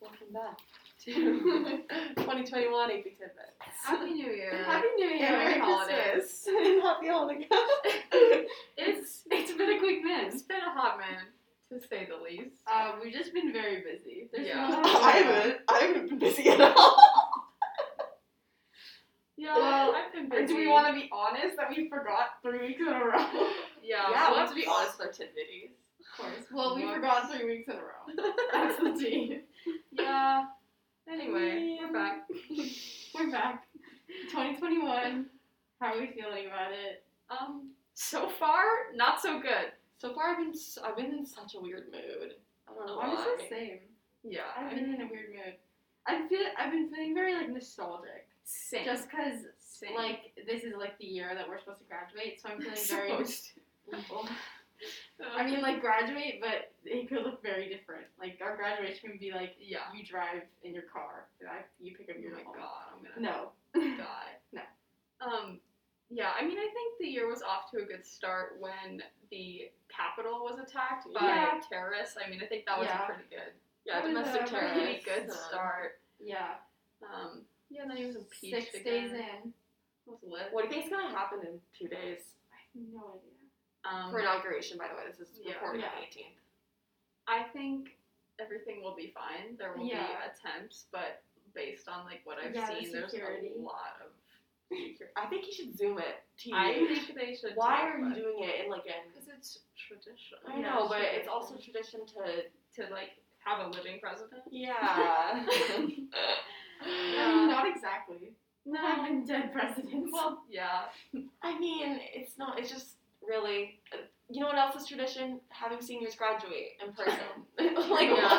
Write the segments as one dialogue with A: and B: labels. A: Welcome back to 2021 AP Tidbits.
B: Happy New Year.
A: Happy New Year!
B: Merry
A: Christmas. Happy holidays!
B: It's it's been a quick minute. It's been a hot minute, to say the least.
A: Um,
C: Uh, we've just been very busy. There's
B: Yeah.
C: no
A: I haven't, I haven't been busy at all.
B: Yeah, well, I've been busy.
C: Do we want to be honest that we forgot three weeks in a row? of
B: Yeah,
A: Yeah,
B: well,
A: let's
B: that's-
A: be honest with our tidbitties.
C: course. Well, we
B: Whoops.
C: forgot three weeks in a row. That's the tea.
B: Yeah. Anyway,
A: Yeah.
B: we're back.
C: We're back. 2021. How are we feeling about it?
B: Um, so far, not so good.
A: So far, I've been s- I've been in such a weird mood. I don't know
C: Honestly,
A: why.
C: same.
B: Yeah.
C: I've been in a weird mood. I feel I've been feeling very like nostalgic.
B: Same.
C: Just because
B: Same.
C: like this is like the year that we're supposed to graduate, so I'm feeling very.
B: supposed.
C: I mean, like graduate, but it could look very different. Like our graduation would be like
B: Yeah.
C: you drive in your car, and I, you pick up
B: Oh
C: your
B: my
C: phone.
B: god, I'm gonna.
C: No,
B: God.
C: No.
B: Um, yeah, I mean, I think the year was off to a good start when the capital was attacked by
C: Yeah.
B: terrorists. I mean, I think that was
C: Yeah.
B: a pretty good. Yeah,
C: That was
B: domestic
C: a
B: terrorists.
C: pretty
B: Good
A: good
B: start.
C: yeah,
B: Um, yeah, and then he was impeached
C: six
B: again.
C: days in.
B: It was lit.
A: What do you think's gonna happen in two days
C: I have no idea.
B: Um,
A: for inauguration? By the way, this is
B: yeah.
A: recorded on
C: Yeah.
A: the 18th.
B: I think everything will be fine. There will
C: Yeah.
B: be attempts, but based on like what I've
C: Yeah, the
B: seen, there's
C: security.
B: a lot of.
A: I think you should zoom it. TV.
B: I think they should.
A: Why
B: talk
A: are
B: about
A: you
B: it.
A: doing it in like an?
B: Because it's tradition.
A: I
C: Yeah,
A: know,
C: it's
A: but it's
C: tradition.
A: also tradition to
B: to like have a living president.
A: yeah.
C: I mean,
B: Yeah.
C: not exactly. I've been dead presidents.
B: Well, yeah.
A: I mean, it's not. It's just really. You know what else is tradition? Having seniors graduate in person. like
B: yeah.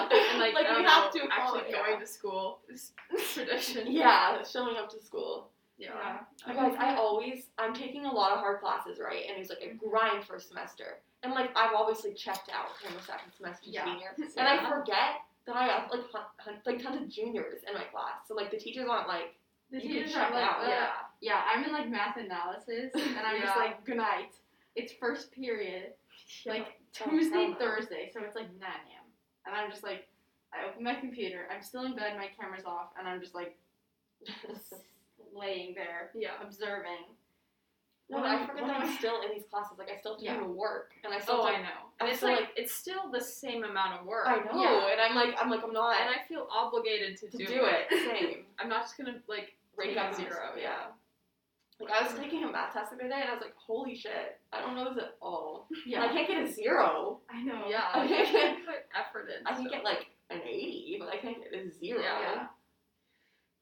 B: And like,
A: like,
B: I
A: we
B: don't
A: have
B: know,
A: to
B: actually
A: follow-
B: going to school is tradition.
A: Yeah, showing up to school.
B: Yeah.
C: Yeah.
B: I
A: You guys,
B: mean,
A: I always I'm taking a lot of hard classes, right? And it's like a grind for a semester. And like I've obviously checked out from the second semester
C: Yeah.
A: senior, and
B: Yeah.
A: I forget that I have like hun- hun- like tons of juniors in my class. So like the teachers aren't like
C: the
A: you can
C: teachers
A: check
C: are like,
A: out,
C: uh, yeah.
B: yeah.
C: I'm in like math analysis, and I'm just
B: Yeah.
C: like, good night. It's first period, like
A: Oh,
C: Tuesday,
A: hell no.
C: Thursday, so it's like 9 a.m. And I'm just like, I open my computer, I'm still in bed, my camera's off, and I'm just like laying there,
B: Yeah.
C: observing.
A: no,
C: What
A: I
C: am-
A: forget
C: what
A: that
C: am
A: I'm still in these classes. Like I still have to
C: Yeah.
A: go to work, and I still
B: Oh,
A: have to
B: I know.
A: I'm
B: And it's
A: still,
B: like,
A: like-
B: it's still the same amount of work.
A: I know,
C: Yeah.
A: and I'm like, I'm like, I'm not
B: And I feel obligated to,
A: to do, it. Same.
B: I'm not just gonna like
A: Rate
B: take
A: up
B: zero.
A: zero, yeah. Like I was taking a math test the other day, and I was like, holy shit, I don't know this at all. And I
C: Yeah,
A: can't get a zero.
C: I know.
B: Yeah. I can put effort in.
A: I can
B: so-
A: get like an eighty, but I can't get a zero.
B: Yeah.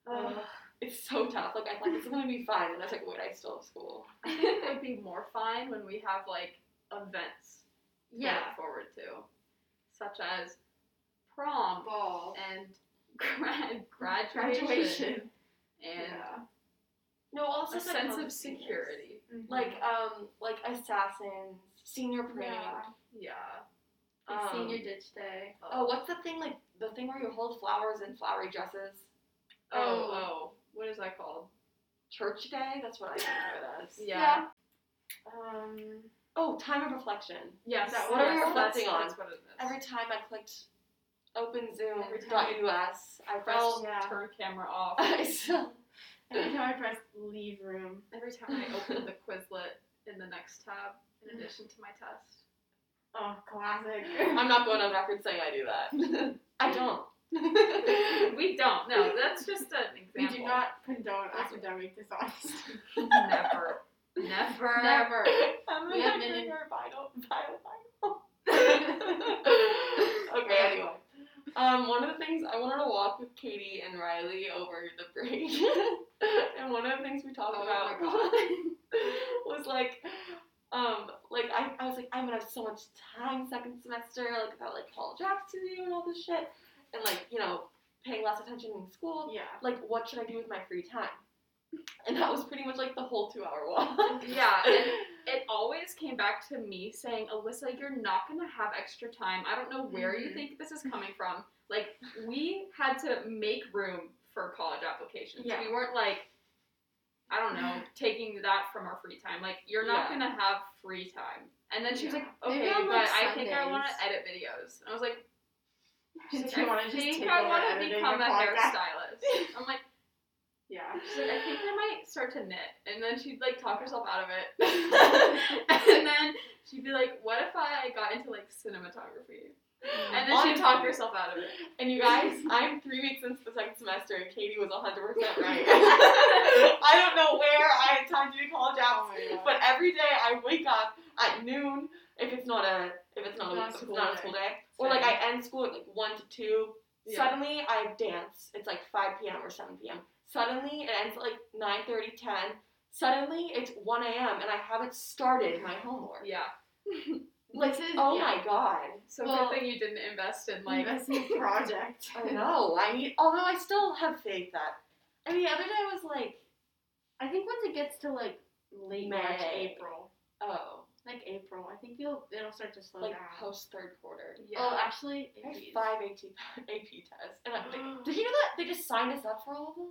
A: Ugh, it's so tough. Like I thought this is gonna be fun, and I was like, wait, I still have school.
B: I think it would be more fine when we have like events to
C: Yeah.
B: look forward to, such as prom
C: Ball.
B: and grad graduation,
C: Graduation.
B: and
A: No, also
B: a
A: it's, like,
B: sense
A: health
B: of
A: seniors.
B: security.
C: Mm-hmm.
A: Like um, like assassins, senior
C: Mhm.
A: parade.
C: yeah.
B: Yeah.
C: Like
A: Um,
C: senior ditch day.
A: Oh, what's the thing like the thing where you hold flowers in flowery dresses?
B: oh, oh, what is that called?
A: Church day? That's what I think of it as.
B: Yeah.
C: Um,
A: Oh, time of reflection.
B: Yes.
C: That-
A: what are
B: yes,
A: you
B: that's-
A: reflecting on?
B: That's what it is.
A: Every time I clicked
C: Every time.
A: openzoom.us, I
B: Press
A: felt
C: yeah.
B: turn camera off.
A: I saw
C: every time I press leave room.
B: Every time I open the Quizlet in the next tab,
C: Mm.
B: in addition to my test.
C: Oh, classic.
A: I'm not going on record saying I do that. I don't.
B: We don't. No, that's just an
C: we
B: example.
C: do not condone academic dishonesty.
B: Never. Never.
C: Never.
A: I'm
C: We have been in-
A: your vital, vital, vital. okay, anyway. Um, one of the things I wanted to walk with Katie and Riley over the break, and one of the things we talked
B: Oh my
A: about was like, um, like I, I was like, I'm gonna have so much time second semester, like about like college activity and all this shit, and like you know, paying less attention in school,
C: Yeah.
A: like what should I do with my free time? And that was pretty much like the whole two hour walk.
B: Yeah, and it always came back to me saying, Alyssa, you're not gonna have extra time. I don't know where you
C: Mhm.
B: think this is coming from. Like, we had to make room for college applications.
A: Yeah.
B: We weren't like, I don't know, taking that from our free time. Like, you're not
A: Yeah.
B: gonna have free time. And then she was like,
C: Maybe
B: okay,
C: on,
B: but
C: like,
B: I think I wanna
C: Sundays.
B: edit videos. And I was like,
C: She's like,
B: I
C: wanna just
B: think
C: take
B: I
C: over
B: want to
C: editing
B: become a
C: your podcast?"
B: hairstylist. I'm like,
C: Yeah.
B: she's like, I think I might start to knit, and then she'd like talk herself out of it, and then she'd be like, what if I got into like cinematography? And then she'd talk herself out of it.
A: And you guys, I'm three weeks into the second semester, and Katie was 100 percent right. I don't know where I had time to do college apps,
C: Oh my God.
A: but every day I wake up at noon if it's not a if it's not,
C: Not a
A: a, if it's
C: school
A: not a
C: day.
A: school day, or like I end school at like one to two.
B: Yeah.
A: Suddenly I have dance. It's like 5 p.m. or 7 p.m. Suddenly it ends at like 9:30, 10. Suddenly it's 1 a.m. and I haven't started my homework.
B: Yeah.
A: Like,
C: This is-
A: oh
C: yeah.
A: my god.
B: So
C: Well-
B: good thing you didn't invest in like
C: investment project.
A: I know. I mean, although I still have faith that. I mean, the other day I was like,
C: I think once it gets to like late March,
A: May.
C: April,
A: oh,
C: like April, I think you'll it'll start to slow
A: like
C: down.
A: post third quarter.
B: yeah.
C: Oh, actually,
A: I had
C: APs.
A: five AP, AP tests, and I, like, did you know that they just signed us up for all of them?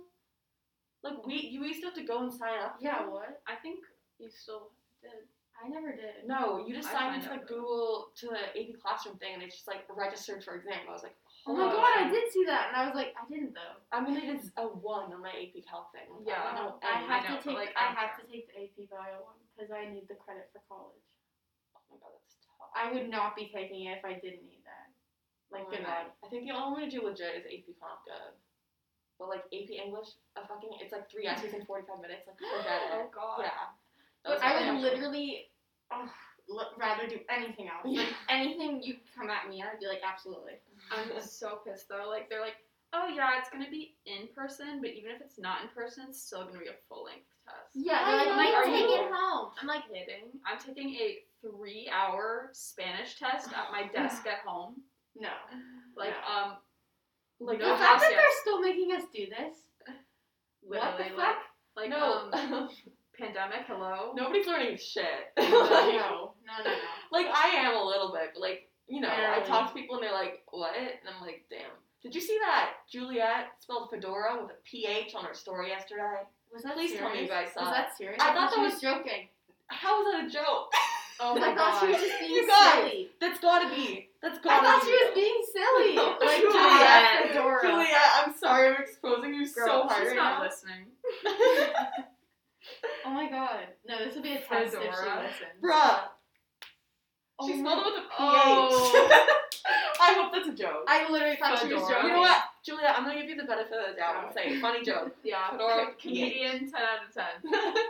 A: Like we, you used to have to go and sign up.
C: Yeah, what?
B: I think you still did.
C: I never did.
A: No, you just
B: I
A: signed
B: signed
A: into the
B: up for them.
A: Google to the AP classroom thing, and it's just like registered for exam. I was like,
C: Oh my
A: hold
C: god,
A: on.
C: I did see that, and I was like, I didn't though.
A: I'm gonna get a one on my AP Calc thing.
B: Yeah.
A: I don't know.
C: No, I
A: any-
C: have
B: know,
C: to
B: but,
C: take.
B: like,
C: I
B: I'm
C: have
B: there.
C: to take the AP Bio one because I need the credit for college.
A: Oh my god, that's tough.
C: I would not be taking it if I didn't need that.
A: Oh
C: Like,
A: my
C: good
A: God.
C: luck.
A: I think the only one to do legit is AP Comp Gov. But like AP English, a fucking it's like three essays in forty five minutes. Like forget it.
B: Oh god.
A: Yeah. That was my
C: But I would
A: actual-
C: literally ugh, l- rather do anything else. Like
A: Yeah.
C: anything you come at me, I'd be like, absolutely.
B: I'm so pissed though. Like they're like, oh yeah, it's gonna be in person, but even if it's not in person, it's still gonna be a full length test.
C: Yeah,
A: they're like,
C: like,
A: "Mike,
C: Mike,
A: take
C: take
A: it
C: it home. I'm like,
B: Kidding. I'm taking a three hour Spanish test at my desk at home.
C: no.
B: Like
C: No.
B: um,
A: like
B: No
C: the
A: no,
C: fact that
B: yes.
C: they're still making us do this. What the
B: literally, like,
C: fuck?
B: like
A: no,
B: um, pandemic. Hello.
A: nobody's learning shit.
C: No,
A: like,
C: no, no, no.
A: like, I am a little bit, but like you know, I
C: Barely.
A: talk to people and they're like, "What?" and I'm like, "Damn." Did you see that Juliet spelled fedora with a ph on her story yesterday?
C: Was that
A: Please
C: serious?
A: tell me you guys saw
C: Was that serious?
A: I thought
C: she
A: that
C: was
A: was-
C: joking.
A: How is that a joke?
C: Oh
B: my
C: I thought she
B: God.
C: was just being
A: You guys.
C: silly.
A: That's gotta be. That's
C: I
A: gotta
C: thought
A: be
C: she was
A: real.
C: being silly.
A: No,
C: like
A: Juliet.
C: Juliet Fedora.
A: Juliet, I'm sorry I'm exposing you so
B: Girl,
A: hard
B: she's
A: right
B: not
A: now.
B: listening.
C: Oh my god. No, this would be a test if she
B: Fedora.
C: listens.
A: Bruh.
C: Oh
A: She
C: my-
A: spelled it with a PH.
C: Oh.
A: I hope that's a joke.
C: I literally thought she was
B: Fedora.
C: joking.
A: you know what, Julia? I'm gonna give you the benefit of the doubt and say funny joke.
B: Yeah.
A: Fedora
B: co- comedian ten out of ten.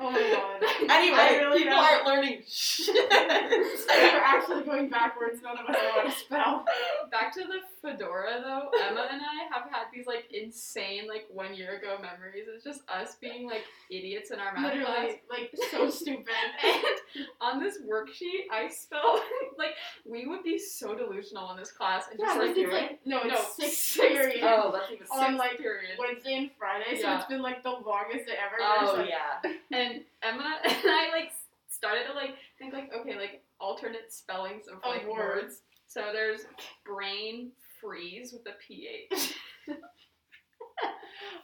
C: Oh my god.
A: anyway,
C: I really
A: people
C: don't.
A: aren't learning shit.
C: We're actually going backwards. None of us know how to spell.
B: Back to the fedora though, Emma and I have had these like insane like one year ago memories. It's just us being like idiots in our math class.
C: Literally, like so stupid.
B: And on this worksheet, I spelled like we would be so delusional in this class and just
C: Yeah,
B: like
C: it's like no, it's
B: No,
C: sixth
B: sixth
C: period.
A: oh, that's even.
C: on,
B: sixth
C: like,
B: period.
C: Wednesday and Friday, so
B: Yeah.
C: it's been like the longest it ever. We're just
A: Oh
C: like,
A: yeah.
B: And Emma and I like started to like think like okay like alternate spellings of
C: Of
B: like
C: words.
B: words. So there's brain freeze with a ph.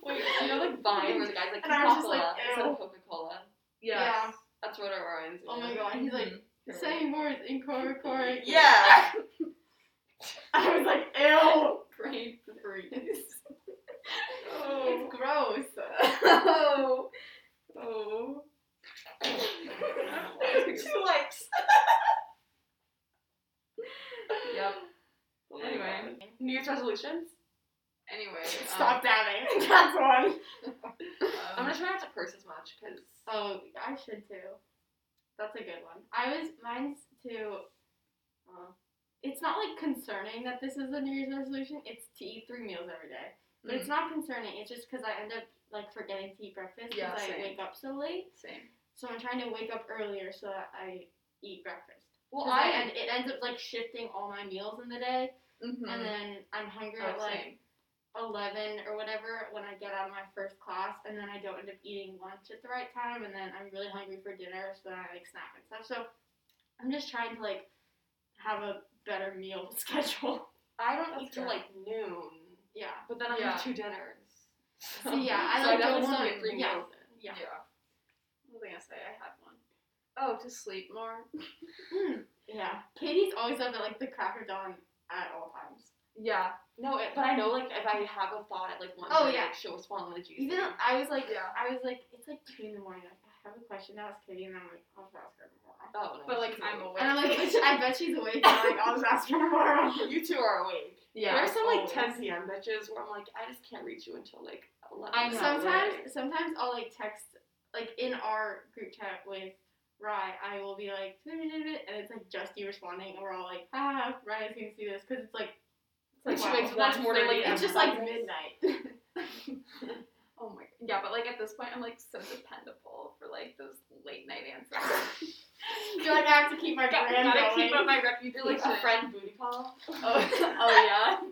A: Wait, you know like Vine where the guy's like
C: And I was
A: Coca
C: just like,
A: Cola instead
C: ew.
A: of Coca Cola.
B: Yes.
A: That's what it reminds me.
C: Oh my
A: of.
C: god, he's like
B: Mhm.
C: saying words in core core.
A: Yeah.
C: I was like, ew.
B: brain freeze.
C: It's gross.
B: oh. Oh.
A: Two likes.
B: Yep.
A: Oh my
B: Anyway.
A: God. New Year's resolutions.
B: Anyway.
C: Stop dabbing. Oh. That's one.
A: I'm
B: Um,
A: gonna try not to curse as much because
C: Oh, I should too. That's a good one. I was mine's too. Uh, it's not like concerning that this is a New Year's resolution. It's to eat three meals every day, but it's not concerning. It's just because I end up like forgetting to eat breakfast because
B: Yeah,
C: I
B: same.
C: wake up so late.
B: same.
C: So I'm trying to wake up earlier so that I eat breakfast.
A: well,
C: 'Cause I end, it ends up like shifting all my meals in the day,
B: Mm-hmm.
C: and then I'm hungry at like eleven or whatever when I get out of my first class, and then I don't end up eating lunch at the right time, and then I'm really hungry for dinner, so then I like snack and stuff. So I'm just trying to like have a better meal schedule.
A: I don't
B: That's
A: eat till
B: fair.
A: like noon,
C: yeah,
A: but then I
B: Yeah.
A: have two dinners. So,
C: yeah, I,
A: so I
C: like,
A: definitely
C: don't
A: still
C: wanna-
A: get three
C: yeah.
A: meals.
C: yeah.
B: What was I gonna say? I had one. Oh, to sleep more.
C: Hmm. Yeah. Katie's always up at like the crack of dawn at all times.
B: Yeah.
A: No, it, but I know like if I have a thought at like one.
C: Oh,
A: point,
C: yeah.
A: Like, she'll swallow the juice.
C: Even though I was like,
B: Yeah.
C: I was like, it's like two in the morning. Like, I have a question to ask Katie, and I'm like, I'll just ask her tomorrow.
A: oh no.
B: But like
A: she's
B: I'm
A: awake.
B: awake.
C: And I'm like, I bet she's awake. and I'm like, I'll just ask her tomorrow.
A: You two are awake.
B: yeah.
A: There's some like
B: always.
A: 10 p.m. bitches where I'm like, I just can't reach you until like 11.
B: I know,
C: Sometimes,
A: Right.
C: sometimes I'll like text, like in our group chat with Rye, I will be like, and it's like just you responding, and we're all like, ah, Rye's gonna see this because it's like,
A: Like,
C: it's
A: she
C: like,
A: wakes
C: wow.
A: up the next morning, like,
C: it's just like midnight.
B: Oh my god. Yeah, but like at this point, I'm like so dependable for like those late night answers.
C: You're like, I have to keep my
B: Got,
C: brand
B: gotta
C: going.
B: keep up my
A: You're
B: reputation.
A: like a friend booty call.
B: Oh, oh yeah.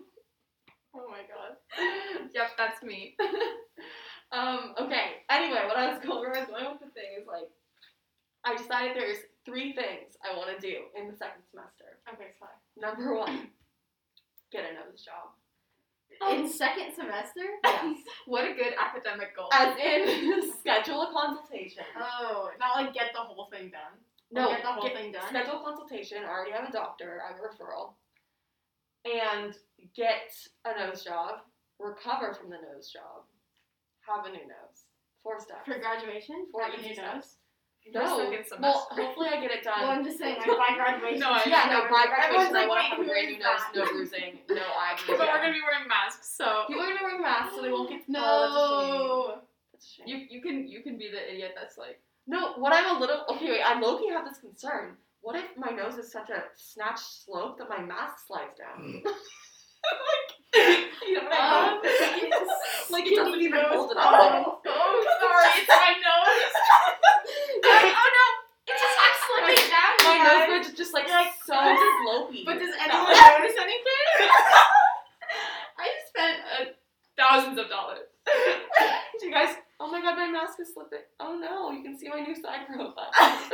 C: oh my god.
B: Yep, that's me.
A: Um, okay. Anyway, what I was going where I was going with the thing is like I decided there's three things I want to do in the second semester.
C: Okay, sorry.
A: Number one, get a nose job. Oh.
C: In second semester?
A: Yes.
B: What a good academic goal.
A: As in schedule a consultation.
C: Oh, not like get the whole thing done.
A: No,
C: get the whole
A: get-
C: thing done.
A: Schedule a consultation, I already have a doctor, I have a referral. And get a nose job, recover from the nose job, have a new nose. Four steps.
C: For graduation?
A: Four
C: Have a
A: easy
C: new
A: steps.
C: nose?
B: For
A: No.
B: second semester.
A: Well, hopefully I get it done.
C: Well, I'm just saying, like by graduation.
B: No, I-
A: Oh, yeah, Um, no, by
C: Everyone's
A: graduation, I
C: like,
A: want to
C: wait,
A: have a
C: who
A: brand
C: is
A: new nose,
C: that?
A: no bruising, no eye
B: but
A: bruising.
B: we're gonna be wearing masks, so
A: People are gonna wear masks, so they won't get Oh,
C: No.
A: that's a shame. That's a shame.
B: you you can you can be the idiot that's like
A: no, what I'm a little okay. Wait, I low-key have this concern. What if my nose is such a snatch slope that my mask slides down? like, you know what I
C: Um,
A: mean? Like, it doesn't even hold it up.
C: Oh,
B: oh sorry it's my nose.
C: oh no! It just starts slipping down.
A: My
C: guys.
A: nose bridge is just like,
C: You're like,
A: so slopey.
C: But does
A: No.
C: anyone notice anything?
B: I just spent uh, thousands of dollars.
A: Do you guys? Oh my god, my mask is slipping. Oh no, you can see my new side profile.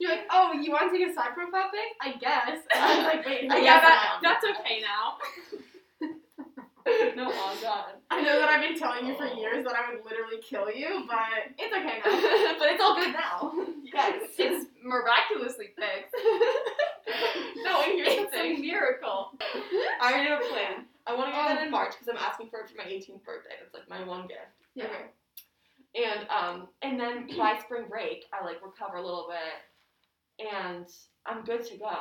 C: You're like, oh, you want to take a side profile pic? I guess. And I was like, wait, who
A: I guess
C: is
B: yeah,
A: that-
B: that, that's okay now.
A: no, oh god.
C: I know that I've been telling you for years that I would literally kill you, but it's okay now.
A: but it's all good now. Yes.
B: It's miraculously fixed.
A: no, and here's the
B: It's a
A: thing.
B: miracle.
A: I already have a plan. I want to get that
C: Oh.
A: in March because I'm asking for it for my 18th birthday. That's like my one gift.
C: Yeah.
A: And um, and then by spring break, I like recover a little bit, and I'm good to go.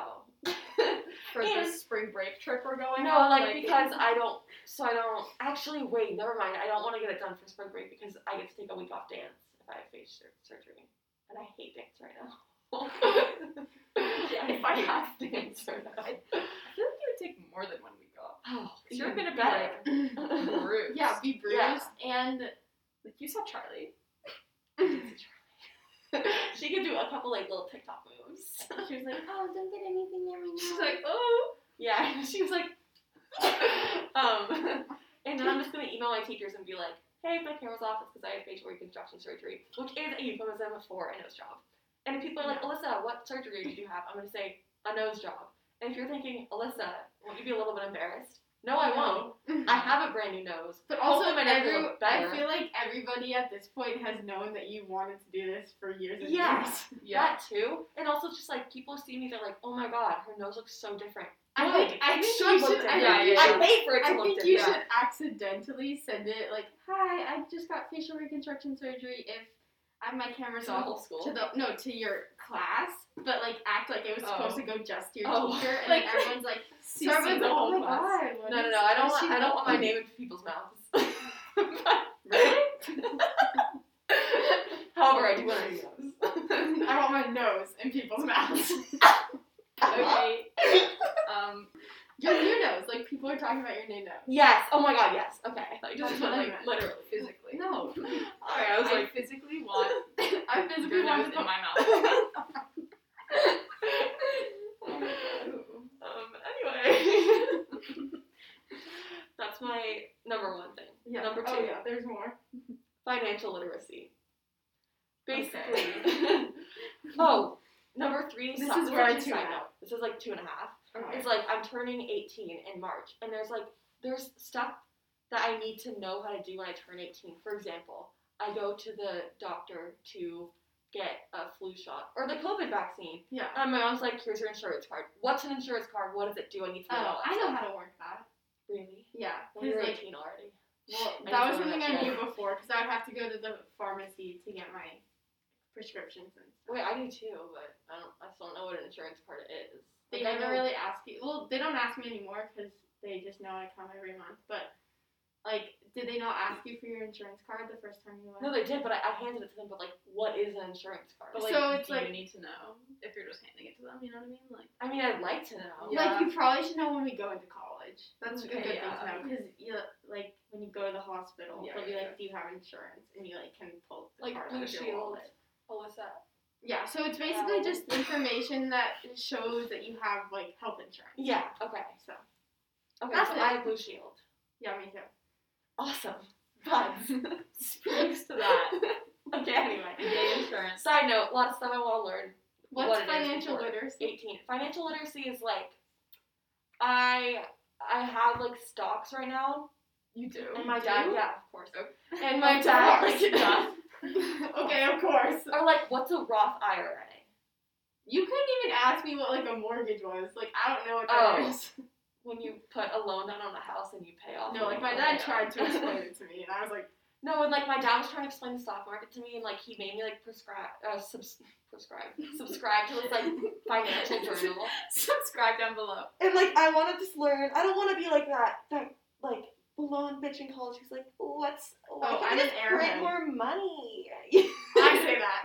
B: For
A: And-
B: this spring break trip we're going
A: no,
B: on,
A: like, because I don't. So I don't. Actually, wait. Never mind. I don't want to get it done for spring break because I get to take a week off dance if I have face sur- surgery, and I hate dance right now. if I have dance right now.
B: I feel like it would take more than one week off.
A: Oh,
B: You're
A: even
B: gonna be
A: better.
B: like bruised.
C: Yeah, be bruised and
B: Like you saw Charlie.
A: she could do a couple like little TikTok moves.
C: she was like, oh, don't get anything near me now.
B: She's like, oh.
A: Yeah, she was like, um, and then I'm just gonna email my teachers and be like, hey, my camera's off. It's because I had facial reconstruction surgery, which is a euphemism for a nose job. And if people are like, Alyssa, what surgery did you have? I'm gonna say a nose job. And if you're thinking, Alyssa, won't you be a little bit embarrassed? No, I won't. I have a brand new nose.
C: But also,
A: Hopefully my nose will
C: every,
A: look better.
C: I feel like everybody at this point has known that you wanted to do this for years and
A: Yeah.
C: years.
B: Yeah.
A: That too. And also just like people see me, they're like, oh my god, her nose looks so different.
C: I
A: Good.
C: think- I
A: It
C: think
A: should
C: you
A: look
C: should-
A: different.
B: I think you
A: I
B: should-
A: paid for it to
C: I
A: look
C: think
A: different.
C: you
B: Yeah.
C: should accidentally send it like, "Hi, I just got facial reconstruction surgery. If I have my cameras
A: To the
C: off
A: whole school?
C: to the no to your class, but like act like it was supposed
B: Oh.
C: to go just to your
A: Oh.
C: teacher, and
B: Like-
C: then everyone's like,
B: See,
C: so everyone's
B: see the
C: like,
B: whole
C: oh my
B: class.
C: god, what
A: No, no,
C: is-
A: no. I don't
C: what is
A: want.
C: she
A: I don't want my
C: doing?"
A: name in people's mouths. However, I do want to nose.
C: I want my nose in people's mouths.
B: Okay. um.
C: your new nose, like people are talking about your new nose.
A: yes. Oh my God. Yes. Okay. I thought you just
C: That's
A: meant
C: what I
A: like
C: meant.
A: literally.
B: Physically.
C: No,
A: All right. I was like,
B: physically want
C: I physically
B: your nose in
C: want
B: my
C: to.
B: mouth.
A: oh my God. Um. Anyway. That's my number one thing.
C: Yeah.
A: Number two.
C: Oh yeah, there's more.
A: financial literacy.
B: Okay.
A: Basically. oh, number three.
C: This
A: so-
C: is where I
A: actually,
C: tune
A: side
C: out.
A: note, This is like two and a half.
C: Okay.
A: It's like I'm turning 18 in March, and there's like there's stuff that I need to know how to do when I turn 18. For example, I go to the doctor to get a flu shot or the COVID vaccine.
C: Yeah.
A: And my mom's like, here's your insurance card. What's an insurance card? What does it do? I need to know. all
C: Oh,
A: that
C: I know
A: stuff."
C: how to work that.
A: Really?
C: Yeah,
A: Well,
C: 'cause,
A: you're
C: like,
A: 18 already.
C: well,
A: I just
C: that was
A: wanna
C: something
A: make
C: I knew before because I would have to go to the pharmacy to get my prescriptions and stuff.
A: Wait, I do too, but I don't. I still don't know what an insurance card is.
C: They
A: Like, I
C: never
A: know-
C: really ask you. Well, they don't ask me anymore because they just know I come every month. But like, did they not ask you for your insurance card the first time you went?
A: No, they did, but I, I handed it to them. But like, what is an insurance card?
B: But
A: like,
B: like,
C: So it's
B: do
C: like-
B: you need to know if you're just handing it to them? You know what I mean? Like,
A: I mean, I'd like to know.
B: Yeah.
C: Like you probably should know when we go into college. That's a good
B: Okay,
C: thing
B: yeah.
C: to know because you like when you go to the hospital,
B: Yeah,
C: they'll be
B: yeah,
C: like, "Do you have insurance?" And you like can pull the
A: Like
C: card
A: Blue
C: out of your
A: Shield.
C: wallet.
A: Oh, what's that?
C: Yeah, so it's basically
A: Um,
C: just information that shows that you have like health insurance.
A: Yeah. Okay.
C: So
A: Okay.
C: That's
A: so
C: it.
A: I have Blue Shield.
C: yeah, me too.
A: Awesome. But
B: speaks to that.
A: okay. Anyway.
B: Day insurance.
A: Side note: a lot of stuff I want to learn.
C: What's
A: What it is
C: financial
A: before.
C: literacy?
A: 18 financial literacy is like i i have like stocks right now
B: You do.
A: and my dad
B: Do?
A: yeah of course
B: Okay.
A: and my dad like,
B: Yeah.
C: okay, of course.
A: or like what's a roth ira
C: You couldn't even ask me what like a mortgage was. Like I don't know what that
A: Oh.
C: is.
A: when you put a loan down on a house and you pay off oh
C: No, like my dad tried to explain it to me, and I was like,
A: no and like my dad was trying to explain the stock market to me and like he made me like prescribe uh subs- prescribe subscribe to this like financial journal
B: Subscribe down below.
A: And like I want to just learn. I don't want to be like that that like blonde bitch in college who's like, what's why
C: Oh,
A: can't
C: I'm
A: we
C: an
A: just print
C: airhead.
A: more money
C: I say that.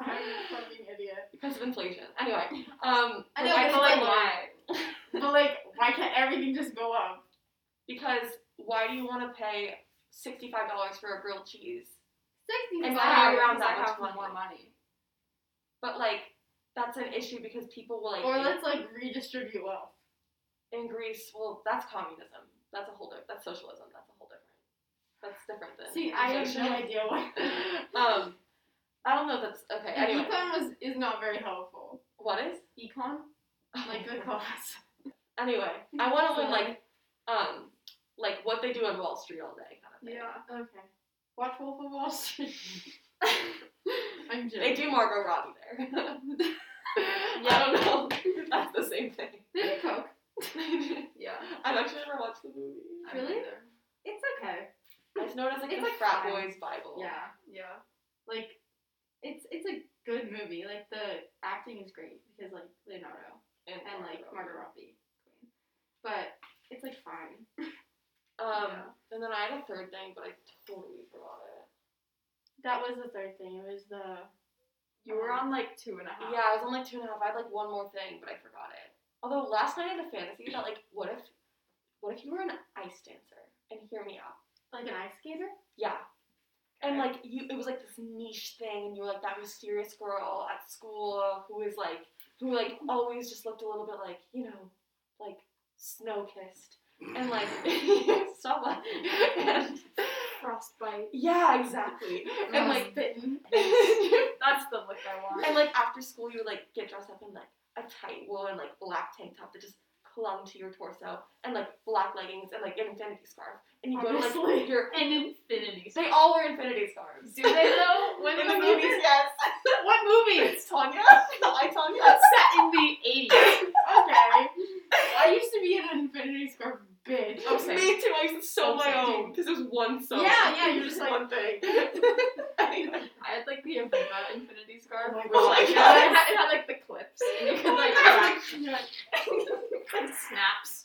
C: I'm a fucking idiot.
A: because of inflation. Anyway, um,
C: I know,
A: like,
C: but
A: feel
C: like,
A: like-
C: why? But like, why can't everything just go up?
A: Because why do you want to pay sixty five dollars for a grilled cheese?
C: Sixty
A: And
B: Because
A: I
B: I
A: have
B: have,
A: around
B: because I
A: that much
B: have
A: money.
B: more money.
A: But like that's an issue because people will like
C: Or
A: in-
C: let's like redistribute wealth.
A: in Greece. Well, that's communism. That's a whole different. That's socialism. That's a whole different. That's different than
C: See, I have no
A: inflation.
C: idea what.
A: um, I don't know. If that's okay. Anyway,
C: Econ was is not very helpful.
A: what is?
C: Econ, like the class.
A: Anyway, I want to learn
C: Sorry.
A: like, um, like what they do on Wall Street all day, kind of thing.
C: Okay. Watch Wolf of Wall Street. I'm joking.
A: They do Margot Robbie there. I don't know. if That's the same thing.
C: They do coke.
B: Yeah.
A: I've actually never watched the movie.
B: I
C: Really?
B: don't either.
C: It's okay.
A: I just know it as like
C: It's,
A: the
C: like,
A: frat
C: fine.
A: boys Bible.
C: Yeah.
B: Yeah.
C: Like, it's it's a good movie. Like the acting is great because like Leonardo
A: and,
C: and like Margot Robbie, queen. But it's like fine.
A: Um,
B: Yeah.
A: and then I had a third thing, but I totally forgot it.
C: That was the third thing. It was the
B: You were on like two and a half.
A: Yeah, I was on like two and a half. I had like one more thing, but I forgot it. Although last night I had a fantasy that like, what if, what if you were an ice dancer? And hear me out.
C: like an ice skater.
A: Yeah. And
B: Okay.
A: like you, it was like this niche thing, and you were like that mysterious girl at school who is like, who like always just looked a little bit like, you know, like snow kissed, and like stop laughing. And-
C: Frostbite.
A: yeah, exactly. And like,
C: bitten.
B: That's the look I want.
A: and like after school, you would like get dressed up in like a tight wool and like black tank top that just clung to your torso, and like black leggings and like an infinity scarf, and you go to like
C: Obviously.
A: your.
B: An infinity.
A: They all wear infinity scarves.
B: do they though? When
A: In
B: was
A: the movies, yes.
B: this- What movie?
A: It's Tanya. I Tanya.
B: That's set in the eighties.
C: Okay. I used to be an infinity scarf bitch.
B: Oh, same.
A: Me too. I used to sew
B: Oh,
A: my
B: same,
A: own because there's one sew.
C: Yeah, yeah, you're just like-
A: one thing. Anyway.
B: I had like the Aviva infinity scarf.
C: Oh my
A: Oh my
B: It,
A: God.
B: had, it had like the clips, and you could like
A: Yeah.
B: it snaps.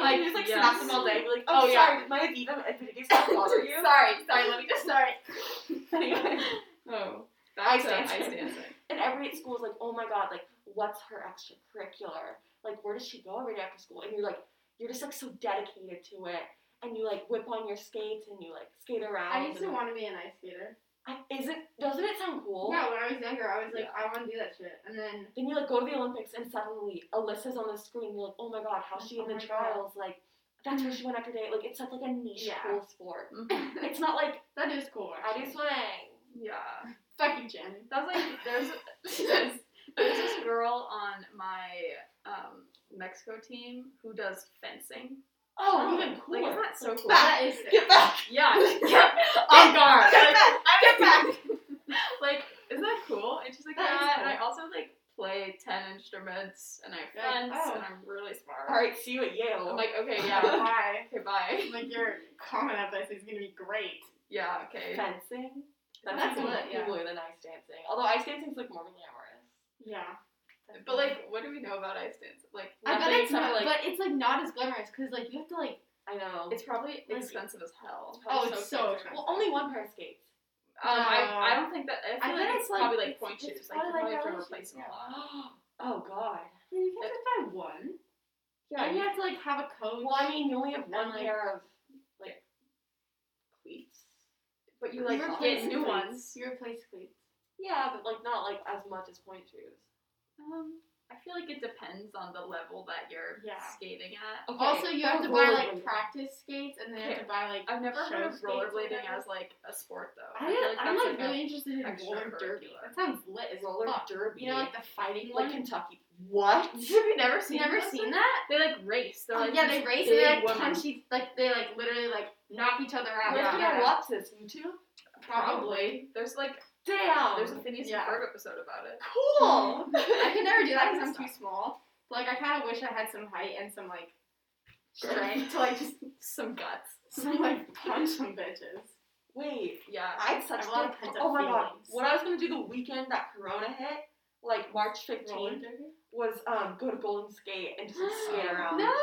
A: Like you just like
B: yes.
A: snap them all day. and Be like, oh,
B: Oh, yeah.
A: sorry, did my Adidas infinity stuff bother you?
B: Sorry, sorry. Let me just start.
A: anyway,
B: Oh,
A: Ice
B: that's a
A: dancing.
B: ice dancing.
A: and every at school is like, oh my god, like what's her extracurricular? Like where does she go every day after school? And you're like, you're just like so dedicated to it, and you like whip on your skates and you like skate around.
C: I used to
A: and-
C: want to be an ice skater.
A: I- Is it? Doesn't it sound cool?
C: Yeah, when I was younger, I was like, I want to do that shit. And then
A: Then you like go to the Olympics and suddenly Alyssa's on the screen. You're like, oh my god, how's she in
C: Oh
A: the
C: my God.
A: trials? Like, that's where she went after day. Like, it's such like a niche
C: Yeah.
A: cool sport. It's not like
C: that is cool.
A: I do
C: actually.
A: swimming.
B: Yeah,
C: Fuck you, Jen.
B: that's like there's there's there's this girl on my um, Mexico team who does fencing.
A: Oh,
C: Oh,
A: even cooler.
B: Like, isn't that so cool?
C: That is sick.
A: Get back.
B: Yeah, yeah, on guard.
A: Get
B: Like,
A: back. Get back.
B: like, isn't that instruments and I have
C: You're like,
B: friends
C: oh.
B: and I'm really smart.
A: All right, see you at Yale.
B: I'm like, okay,
C: Yeah,
B: yeah,
C: why?
B: okay, bye.
C: Like your comment at this is gonna be great.
B: Yeah, okay.
A: fencing. That's,
C: That's
A: even
C: lit, yeah.
A: cooler than ice dancing. Although ice dancing's like more glamorous.
C: Yeah.
B: But like, what do we know about ice dance? Like,
C: I bet
A: nothing
C: it's
A: except
C: not,
A: for, like-
C: but it's like not as glamorous because like you have to like.
A: I know.
B: it's probably
C: Like-
B: expensive as hell.
A: Oh,
C: it's so expensive.
A: well, only one pair of skates.
B: Um,
C: No.
B: I, I don't think that. I
C: I
B: feel
C: bet
B: like
C: it's
B: it's probably like
C: like-
B: point
C: it's- it's
B: shoes. Like you probably
C: probably like
B: have to
C: rubber
B: replace
C: shoes,
B: them a
C: yeah.
B: lot.
A: oh God.
C: You can just buy one.
A: Yeah.
C: And you
A: you-
C: have to like have a coach.
A: Well, I mean, you only have one
C: And, like-
A: pair of like cleats.
B: But you
A: You
B: like
A: replace
B: get
A: the
B: new
A: things.
B: ones.
C: You replace cleats.
A: Yeah, but like not like as much as point shoes.
B: Um, I feel like it depends on the level that you're
C: Yeah.
B: skating at.
A: Okay,
C: also, you have
A: or
C: to buy
A: rollerblading.
C: like practice skates, and then you have to buy like.
B: I've never
C: show
B: heard of
C: skates or
B: rollerblading
C: whatever.
B: as like a sport though.
C: I didn't- I'm like
B: a-
C: really interested in roller derby.
B: extracurricular.
C: That sounds lit as
A: roller
C: fuck.
A: derby.
C: You know, like the fighting
A: like
C: one.
A: Kentucky. What?
B: Have you never
C: you
B: seen?
C: never
B: those?
C: seen that?
B: They like race. They're
C: Oh,
B: like
C: yeah,
B: these
C: they race and they
B: big
C: like
B: women.
C: punch each, like they like literally like knock each other out.
A: Where's
B: Yeah.
A: yeah.
B: Yeah.
A: gonna watch this? YouTube?
B: Probably. There's like
A: Damn.
B: there's a Phineas
C: yeah.
B: and Ferb episode about it.
A: cool.
C: I could never do
B: That
C: that because I'm
B: stuff.
C: too small. But, like I kind of wish I had some height and some like strength to like just
B: Some guts.
C: some like punch some bitches.
A: Wait,
B: Yeah.
A: I had such
C: I have a lot
A: good-
C: of pent-up
A: Oh my god.
C: feelings.
A: What I was gonna do the weekend that Corona hit, like March
C: Roller
A: fifteenth,
C: derby?
A: was um go to Golden Skate and just like, skate around.
C: No.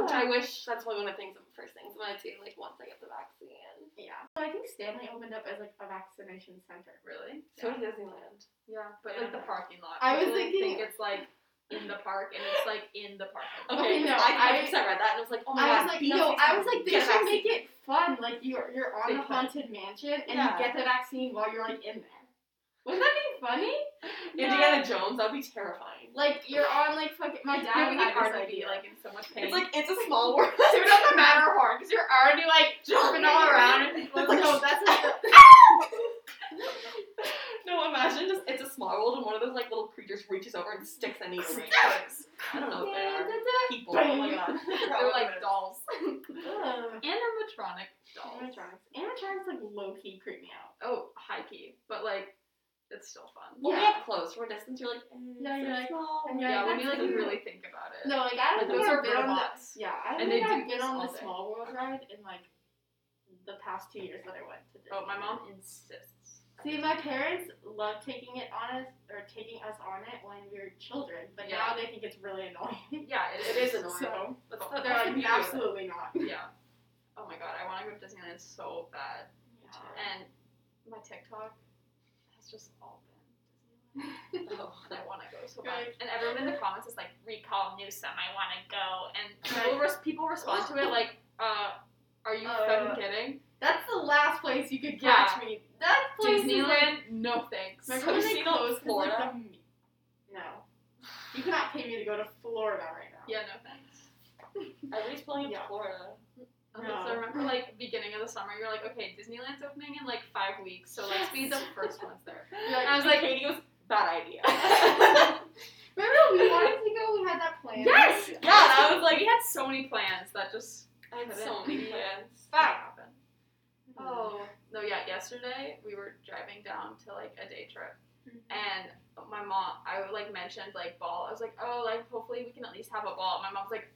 A: Which I wish that's probably one of the things first things I'm gonna do, like once I get the vaccine.
C: yeah. So I think Stanley opened up as like a vaccination center.
B: Really?
A: So did Disneyland.
B: Yeah, but like the parking lot.
C: I was
B: People
C: thinking-
B: think it's like in the park, and it's like in the parking lot.
C: Okay, no, I-
A: I 100% read that and I was like, oh my
C: I
A: god.
C: was like,
A: be
C: no, I was like, they
A: Get a
C: should make
A: vaccine.
C: it fun. Like you're you're on
B: Big
C: the
B: fun.
C: haunted mansion and
A: Yeah.
C: you get the vaccine while you're like in there. Wouldn't that be funny?
A: Indiana Jones, that'd be terrifying.
C: Like you're on like fucking my dad
B: Yeah, we
C: had
B: could
C: this
B: hardly be
C: idea.
B: like in so much pain.
A: It's like it's a small world.
C: So it doesn't matter hard because you're already like jumping all around and people are like, no, that's not the-
A: no, imagine just it's a small world and one of those like little creatures reaches over and sticks a needle. in your face. I don't know if they are people. Oh my god.
B: they're like dolls,
C: Ugh.
B: animatronic dolls.
C: Animatronics. Animatronics like low key creep me out.
B: Oh, high key, but like it's still fun.
A: Well,
C: Yeah.
A: we up close. From a distance, you're like, mm,
C: Yeah,
A: so
C: you're like-
A: small.
C: and you're
B: Yeah, when
C: like,
B: you
C: that's
B: like
C: cute.
B: really think about it.
C: No,
B: Like,
C: like I don't think
B: those are
C: I've been on the
B: robots.
C: yeah, I don't
B: And they
C: think
B: do
C: I've been
B: this
C: on
B: all
C: the
B: day.
C: small world ride in like the past two years that I went to.
B: Oh, my
C: Disneyland.
B: mom insists.
C: See, my parents love taking it on us or taking us on it when we were children, but
B: Yeah.
C: now they think it's really annoying.
B: Yeah,
A: It
B: it,
A: is annoying.
C: so
A: That's
B: But
C: they're like,
A: beauty of it.
C: absolutely not.
B: Yeah. Oh my god, I want to go to Disneyland so bad. And my TikTok has just all been Disneyland.
A: Oh,
B: and I want to go so
C: You're
B: bad.
C: like-
B: And everyone in the comments is like, recall Newsom, I want to go. And people, res- people respond to it like, uh, are you
C: Uh,
B: fucking kidding?
C: That's the last place you could
B: Yeah.
C: catch me. That place is, like,
B: Disneyland? No thanks.
C: Remember when they
A: Coastal
C: closed 'cause, like,
A: Florida?
C: the- no. You cannot pay me to go to Florida right now.
B: Yeah, no thanks.
A: At least pulling up
C: Yeah.
A: to Florida.
B: Okay,
C: No.
B: Uh, so remember like beginning of the summer, you're like, okay, Disneyland's opening in like five weeks, so let's be the first ones there.
C: You're like,
B: And I was like,
A: Katie goes, bad idea.
C: remember we wanted to go? We had that plan.
B: yes, yeah. And I was like, we had so many plans that just
A: I had so many plans.
B: didn't
C: Fuck.
B: happen. Oh, no, yeah. Yesterday we were driving down to like a day trip,
C: Mm-hmm.
B: and my mom, I like mentioned like ball. I was like, oh, like hopefully we can at least have a ball. My mom's like,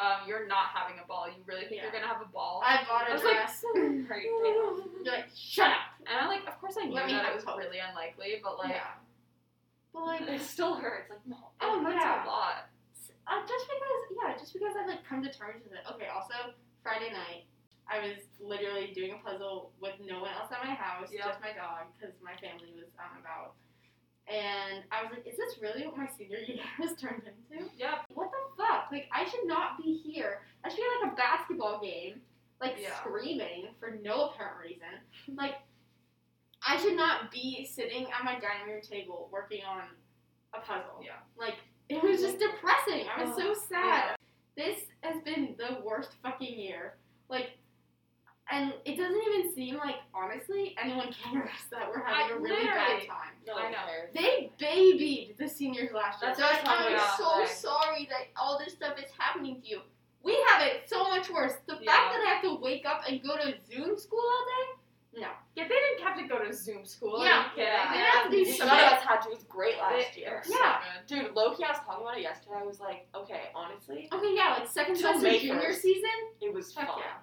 B: um, you're not having a ball. You really think you're
C: Yeah.
B: gonna have a ball?
C: I bought
B: I
C: a
B: was like,
C: dress.
A: Great.
C: You're like, shut up.
B: and I'm like, of course I knew
C: Let me
B: that
C: have
B: it was
C: hope.
B: really unlikely, but like, Mm-hmm.
C: yeah. But like,
A: It still hurts. Like, no.
C: Oh,
B: that's a
C: yeah.
B: lot.
C: uh, just because, yeah, just because I've like come to terms with it. Okay, also Friday night, I was literally doing a puzzle with no one else at my house,
B: Yeah.
C: just my dog, because my family was um, about. And I was like, is this really what my senior year has turned into?
B: Yeah,
C: What the fuck? Like, I should not be here. I should be at like a basketball game, like
B: Yeah.
C: screaming for no apparent reason. Like, I should not be sitting at my dining room table working on a puzzle.
B: Yeah.
C: Like, it was just depressing. I was so sad.
B: yeah.
C: This has been the worst fucking year. Like, and it doesn't even seem like, honestly, anyone cares that we're having
B: I-
C: a really bad
B: literally.
C: time.
A: No,
B: I
A: it
B: know.
A: hurts.
C: They babied the seniors last year.
A: That's
C: They're like,
A: what I'm talking
C: I'm
A: about,
C: so
A: like-
C: sorry that all this stuff is happening to you. We have it so much worse. The fact
B: Yeah.
C: that I have to wake up and go to Zoom school all day? No.
B: Yeah, they didn't have to go to Zoom school.
C: Yeah.
B: Are you kidding?
A: Yeah.
C: They didn't have to do
A: None
C: shit.
A: of us had to. It was great last
B: They-
A: year.
B: they're so
C: Yeah.
B: good.
A: dude, Loki, I was talking about it yesterday. I was like, okay, honestly,
C: Okay, yeah, like second
A: Till
C: semester
A: May
C: junior
A: first.
C: season.
A: it was
C: Fuck
A: fun.
C: yeah.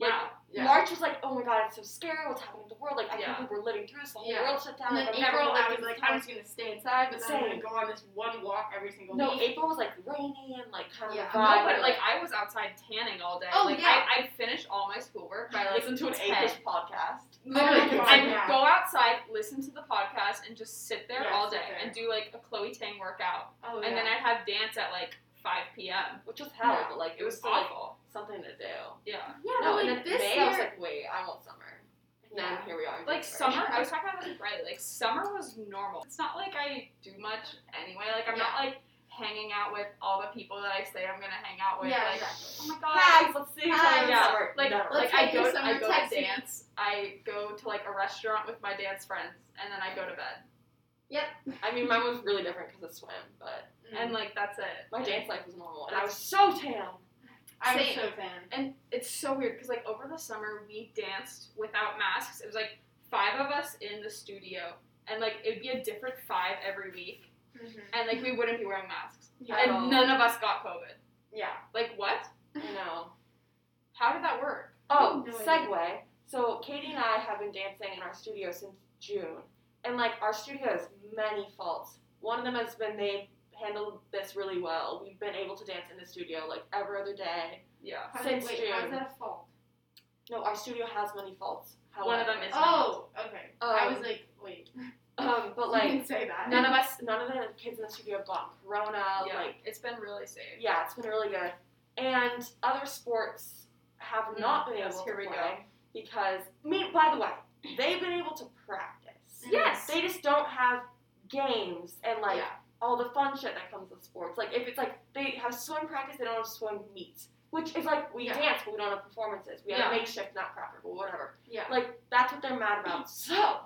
A: Like,
B: yeah.
C: Yeah.
A: March was like, oh my god, it's so scary. What's happening in the world? Like, I
B: Yeah.
A: can't believe we're living through this. The whole
C: Yeah.
A: world shut down.
C: And then
A: like, I've never
C: April,
A: lived
C: I
A: in
C: was
A: this
C: like, I'm
A: time.
C: just gonna stay inside, but then I'm
A: Same.
C: gonna go on this one walk every single
A: No,
C: week.
A: April was like rainy and like kind of
C: Yeah.
A: a
B: No,
A: vibe.
B: but like I was outside tanning all day.
C: Oh,
B: like
C: yeah.
B: I, I finished all my schoolwork by like
A: listen to an
B: 10.
A: English podcast. Oh
B: Literally,
A: my
B: I
C: God, yeah.
B: go outside, listen to the podcast, and just sit there
C: Yeah,
B: all
C: sit
B: day
C: there.
B: and do like a Chloe Tang workout,
C: oh,
B: and
C: yeah.
B: then I'd have dance at like 5 p.m.
A: Which was hell,
C: Yeah.
A: but like
B: It was
A: still like
B: awful.
A: something to do.
B: Yeah.
C: yeah,
A: no,
C: but
A: and then
C: like this
A: May,
C: year,
A: I was like, wait, I want summer. And then
C: Yeah.
A: here we are. in January.
B: Like summer, I was talking about this with Riley. Like summer was normal. It's not like I do much anyway. Like I'm not like hanging out with all the people that I say I'm gonna hang out with.
C: yeah,
B: like,
C: exactly.
B: oh my god.
A: Hi, let's see each
C: Hi.
A: other.
B: Yeah,
A: Summer.
B: Like,
A: Never.
C: Let's
B: like I
C: make
B: go,
C: a
B: to,
C: summer
B: I go
C: text.
B: to dance. I go to like a restaurant with my dance friends, and then I go to bed,
A: I mean, mine was really different because of swim, but
C: Mm.
B: and like that's it.
A: my
B: And-
A: dance life was normal, and I was so tan.
C: I was
B: Same.
C: so fan.
B: And it's so weird because like over the summer we danced without masks. It was like five of us in the studio, and like it'd be a different five every week,
C: Mm-hmm.
B: and like we wouldn't be wearing masks,
C: Yeah.
A: I
B: and
A: know.
B: none of us got COVID.
C: Yeah.
B: Like what?
A: You know.
B: How did that work?
A: Oh,
C: No idea.
A: segue. So Katie and I have been dancing in our studio since June, and like our studio has many faults. One of them has been they handled this really well. We've been able to dance in the studio like every other day.
B: Yeah.
C: How-
A: Since
C: wait, How
A: June.
C: is that a fault?
A: No, our studio has many faults. However.
B: One of them is
C: Oh, okay.
A: Um,
C: I was like, wait.
A: Um, but
C: you
A: like
C: didn't say that.
A: none of us, none of the kids in the studio have gotten corona.
B: yeah.
A: Like
B: it's been really safe.
A: yeah, it's been really good. And other sports have
B: Mm,
A: not been
B: yes,
A: able
B: here
A: to
B: we
A: play
B: go.
A: because I mean, by the way, they've been able to practice.
B: Yes.
A: they just don't have games and like
C: Yeah.
A: all the fun shit that comes with sports. Like if it's like they have swim practice, they don't have swim meets, which is like we
C: Yeah.
A: dance but we don't have performances. We
B: Yeah.
A: have makeshift, not proper, but whatever.
C: Yeah.
A: Like that's what they're mad about. So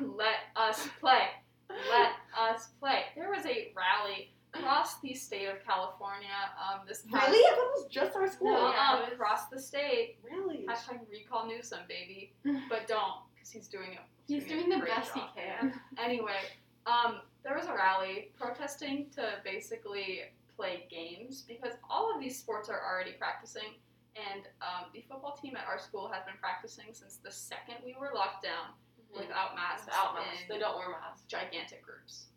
B: Let us play. Let us play. There was a rally across the state of California. Um, this past-
A: really, Oh, I thought it was just our school.
B: No,
C: Yeah,
B: um,
C: it was-
B: across the state.
A: Really?
B: Hashtag recall Newsom, baby. But don't, because he's doing it.
C: He's doing the best he can.
B: Anyway, um, there was a rally protesting to basically play games because all of these sports are already practicing, and um, the football team at our school has been practicing since the second we were locked down
A: Without
B: without masks.
A: masks,
B: in
A: they don't wear masks.
B: gigantic groups.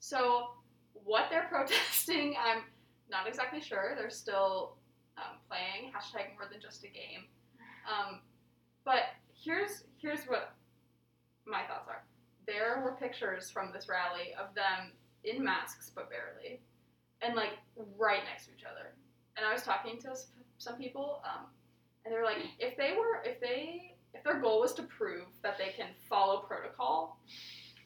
B: So, what they're protesting, I'm not exactly sure. They're still um, playing hashtag more than just a game. Um, but here's here's what my thoughts are. There were pictures from this rally of them in masks, but barely, and like right next to each other. And I was talking to s- some people, um, and they were like, if they were, if they, if their goal was to prove that they can follow protocol,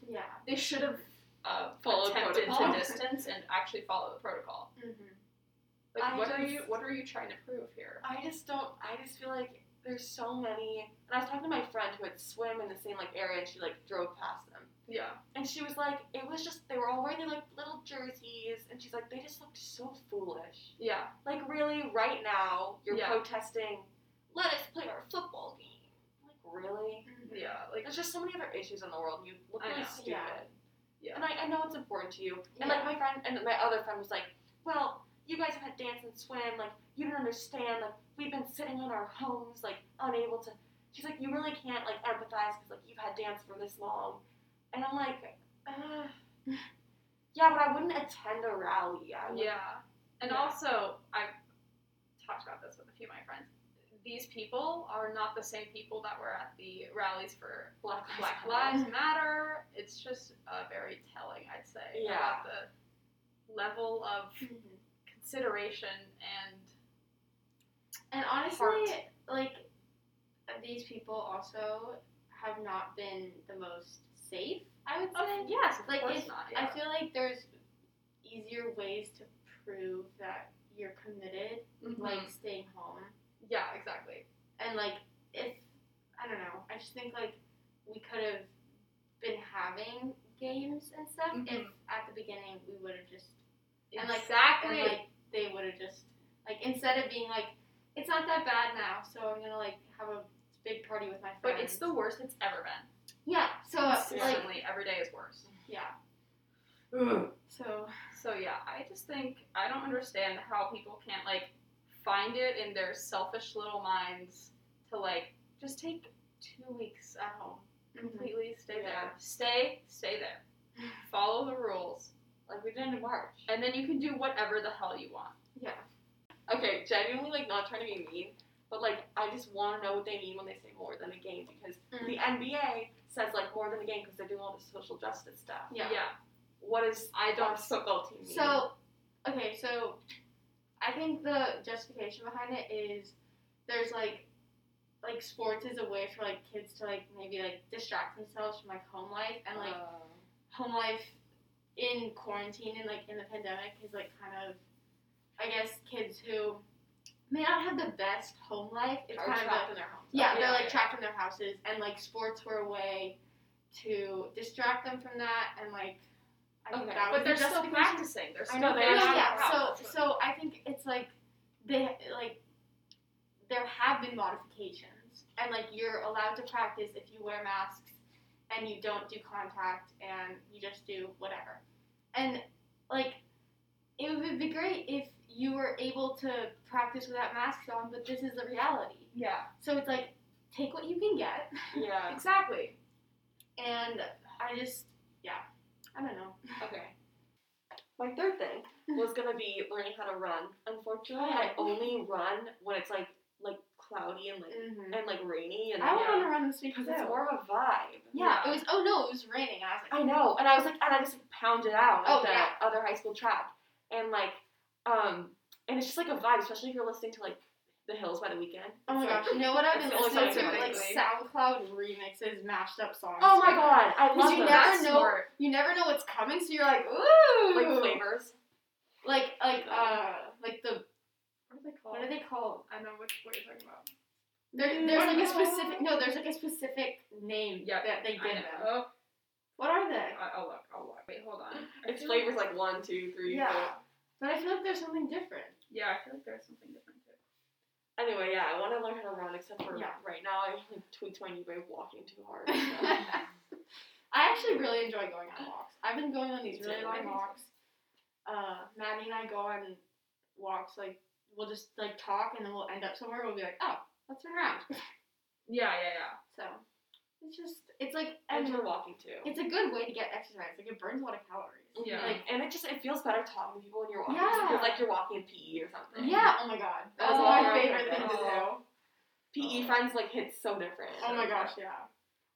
C: Yeah.
B: they should have uh,
A: Followed
B: attempted
A: protocol.
B: to distance and actually follow the protocol.
C: Mm-hmm.
B: Like,
A: I
B: what are
A: just-
B: you what are you trying to prove here?
A: I just don't. I just feel like there's so many. And I was talking to my friend who had swim in the same like area, and she like drove past them.
B: Yeah,
A: And she was like, it was just they were all wearing their like little jerseys, and she's like, they just looked so foolish.
B: yeah,
A: Like really, right now you're
B: Yeah.
A: protesting. Let us play our football game. Like really,
B: yeah. Like,
A: there's just so many other issues in the world. You look
B: I
A: really
B: know.
A: stupid.
C: Yeah.
B: Yeah.
A: And I, I know it's important to you. And like my friend and my other friend was like, well, you guys have had dance and swim. Like you don't understand. Like we've been sitting in our homes, like unable to. She's like, you really can't like empathize because like you've had dance for this long. And I'm like, uh, yeah, but I wouldn't attend a rally. I would,
B: Yeah. And
A: Yeah.
B: also, I've talked about this with a few of my friends. These people are not the same people that were at the rallies for
A: Black,
B: Black Lives Matter. It's just uh, very telling, I'd say,
A: Yeah.
B: about the level of
C: Mm-hmm.
B: consideration and
C: And honestly,
B: Heart.
C: like these people also have not been the most safe. I would say.
B: of, yes, of
C: Like,
B: course
C: if-
B: not.
C: I
B: yeah.
C: feel like there's easier ways to prove that you're committed,
B: Mhm.
C: like staying home
B: yeah, exactly.
C: and like if I don't know. I just think like we could have been having games and stuff if at the beginning we would have just And, like,
B: exactly.
C: and like they would have just like instead of being like it's not that bad now, so I'm gonna like have a big party with my
B: but
C: friends.
B: it's the worst it's ever been.
C: yeah. So uh, like
B: Consistently, every day is worse. Yeah.
A: Ugh.
C: So
B: So yeah, I just think I don't understand how people can't like find it in their selfish little minds to like just take two weeks at home,
C: Mm-hmm.
B: completely stay there,
A: Yeah.
B: stay, stay there, follow the rules,
A: Like we did it in March.
B: and then you can do whatever the hell you want.
C: yeah,
A: Okay, genuinely, like not trying to be mean, but like I just want to know what they mean when they say more than a game because
C: Mm.
A: the NBA says like more than a game because they're doing all this social justice stuff.
C: yeah.
A: What is
B: I
A: our
B: don't.
A: football team? mean?
C: So, okay, so I think the justification behind it is there's like like sports is a way for like kids to like maybe like distract themselves from like home life and like
B: Uh,
C: home life in quarantine and like in the pandemic is like kind of I guess kids who may not have the best home life. It's
A: are
C: kind of a,
A: trapped in their homes.
C: yeah, they're
B: Yeah,
C: like
B: yeah.
C: trapped in their houses, and like sports were a way to distract them from that, and like I think
A: Okay,
C: that was
B: But they're
C: the
B: still
C: justification.
B: practicing. They're still
A: know, they
B: there.
A: are
C: Yeah,
A: not
C: yeah.
B: Wow.
C: So, so I think it's like they like there have been modifications, and like you're allowed to practice if you wear masks and you don't do contact and you just do whatever, and like it would be great if you were able to practice without masks on, but this is the reality.
B: yeah,
C: So it's like take what you can get,
A: yeah.
B: exactly.
C: and I just yeah, I don't know.
A: Okay. My third thing was gonna be learning how to run. Unfortunately, I
C: Oh.
A: only run when it's like like cloudy and like
C: Mm-hmm.
A: and like rainy and
C: I
B: would
C: want
B: Yeah.
C: to run this week
A: because
C: too.
A: it's more of a vibe.
C: Yeah,
B: Yeah.
C: it was. Oh no, it was raining. And I was like,
A: I know, and I was like, and I just like, pounded out at
C: Oh,
A: the
C: yeah.
A: other high school track, and like, um, and it's just like a vibe, especially if you're listening to like The Hills by the Weekend.
C: Oh my
A: It's, like,
C: gosh, you know what I've
A: It's
C: been
A: the only
C: listening
A: song
C: to?
A: I
C: Like
B: like.
C: SoundCloud remixes, mashed up songs.
A: Oh my god, I
C: Because
A: love
C: you
A: those.
C: never
B: That's
C: know-
B: smart.
C: You never know what's coming, so you're like, ooh,
A: like flavors.
C: like like uh like the
B: What are they called?
C: what are they called?
B: I know which what you're talking about.
C: There, there's like a
A: Mm.
C: specific no, there's like a specific name
B: Yeah,
C: that they
B: I
C: give
B: know.
C: them.
B: Oh,
C: What are they?
B: I- I'll look. I'll look. Wait, hold on. I
A: It's
B: feel
A: flavors like one, two, three,
C: Yeah.
A: four.
C: But I feel like there's something different.
B: Yeah, I feel like there's something different too.
A: Anyway, yeah, I want to learn how to run, except for
C: Yeah.
A: right now I like tweaked my knee by walking too hard. so.
C: I actually really enjoy going on walks. I've been going on these
A: Me
C: really
A: too.
C: long walks. Uh, Maddie and I go on walks like we'll just like talk and then we'll end up somewhere. and We'll be like, oh, let's turn around.
B: Yeah, yeah, yeah.
C: So it's just it's like
A: and
C: and
A: you're walking too.
C: it's a good way to get exercise. Like it burns a lot of calories.
A: Mhm.
B: Yeah.
A: Like, and it just it feels better talking to people when you're walking. It just
C: Yeah.
A: feels like you're walking in PE or something.
C: Yeah. Oh my god. That was
A: Mm-hmm. Oh,
C: my
A: yeah.
C: favorite thing to do.
B: Oh.
A: PE E friends like hit so different.
C: Oh my gosh. Yeah.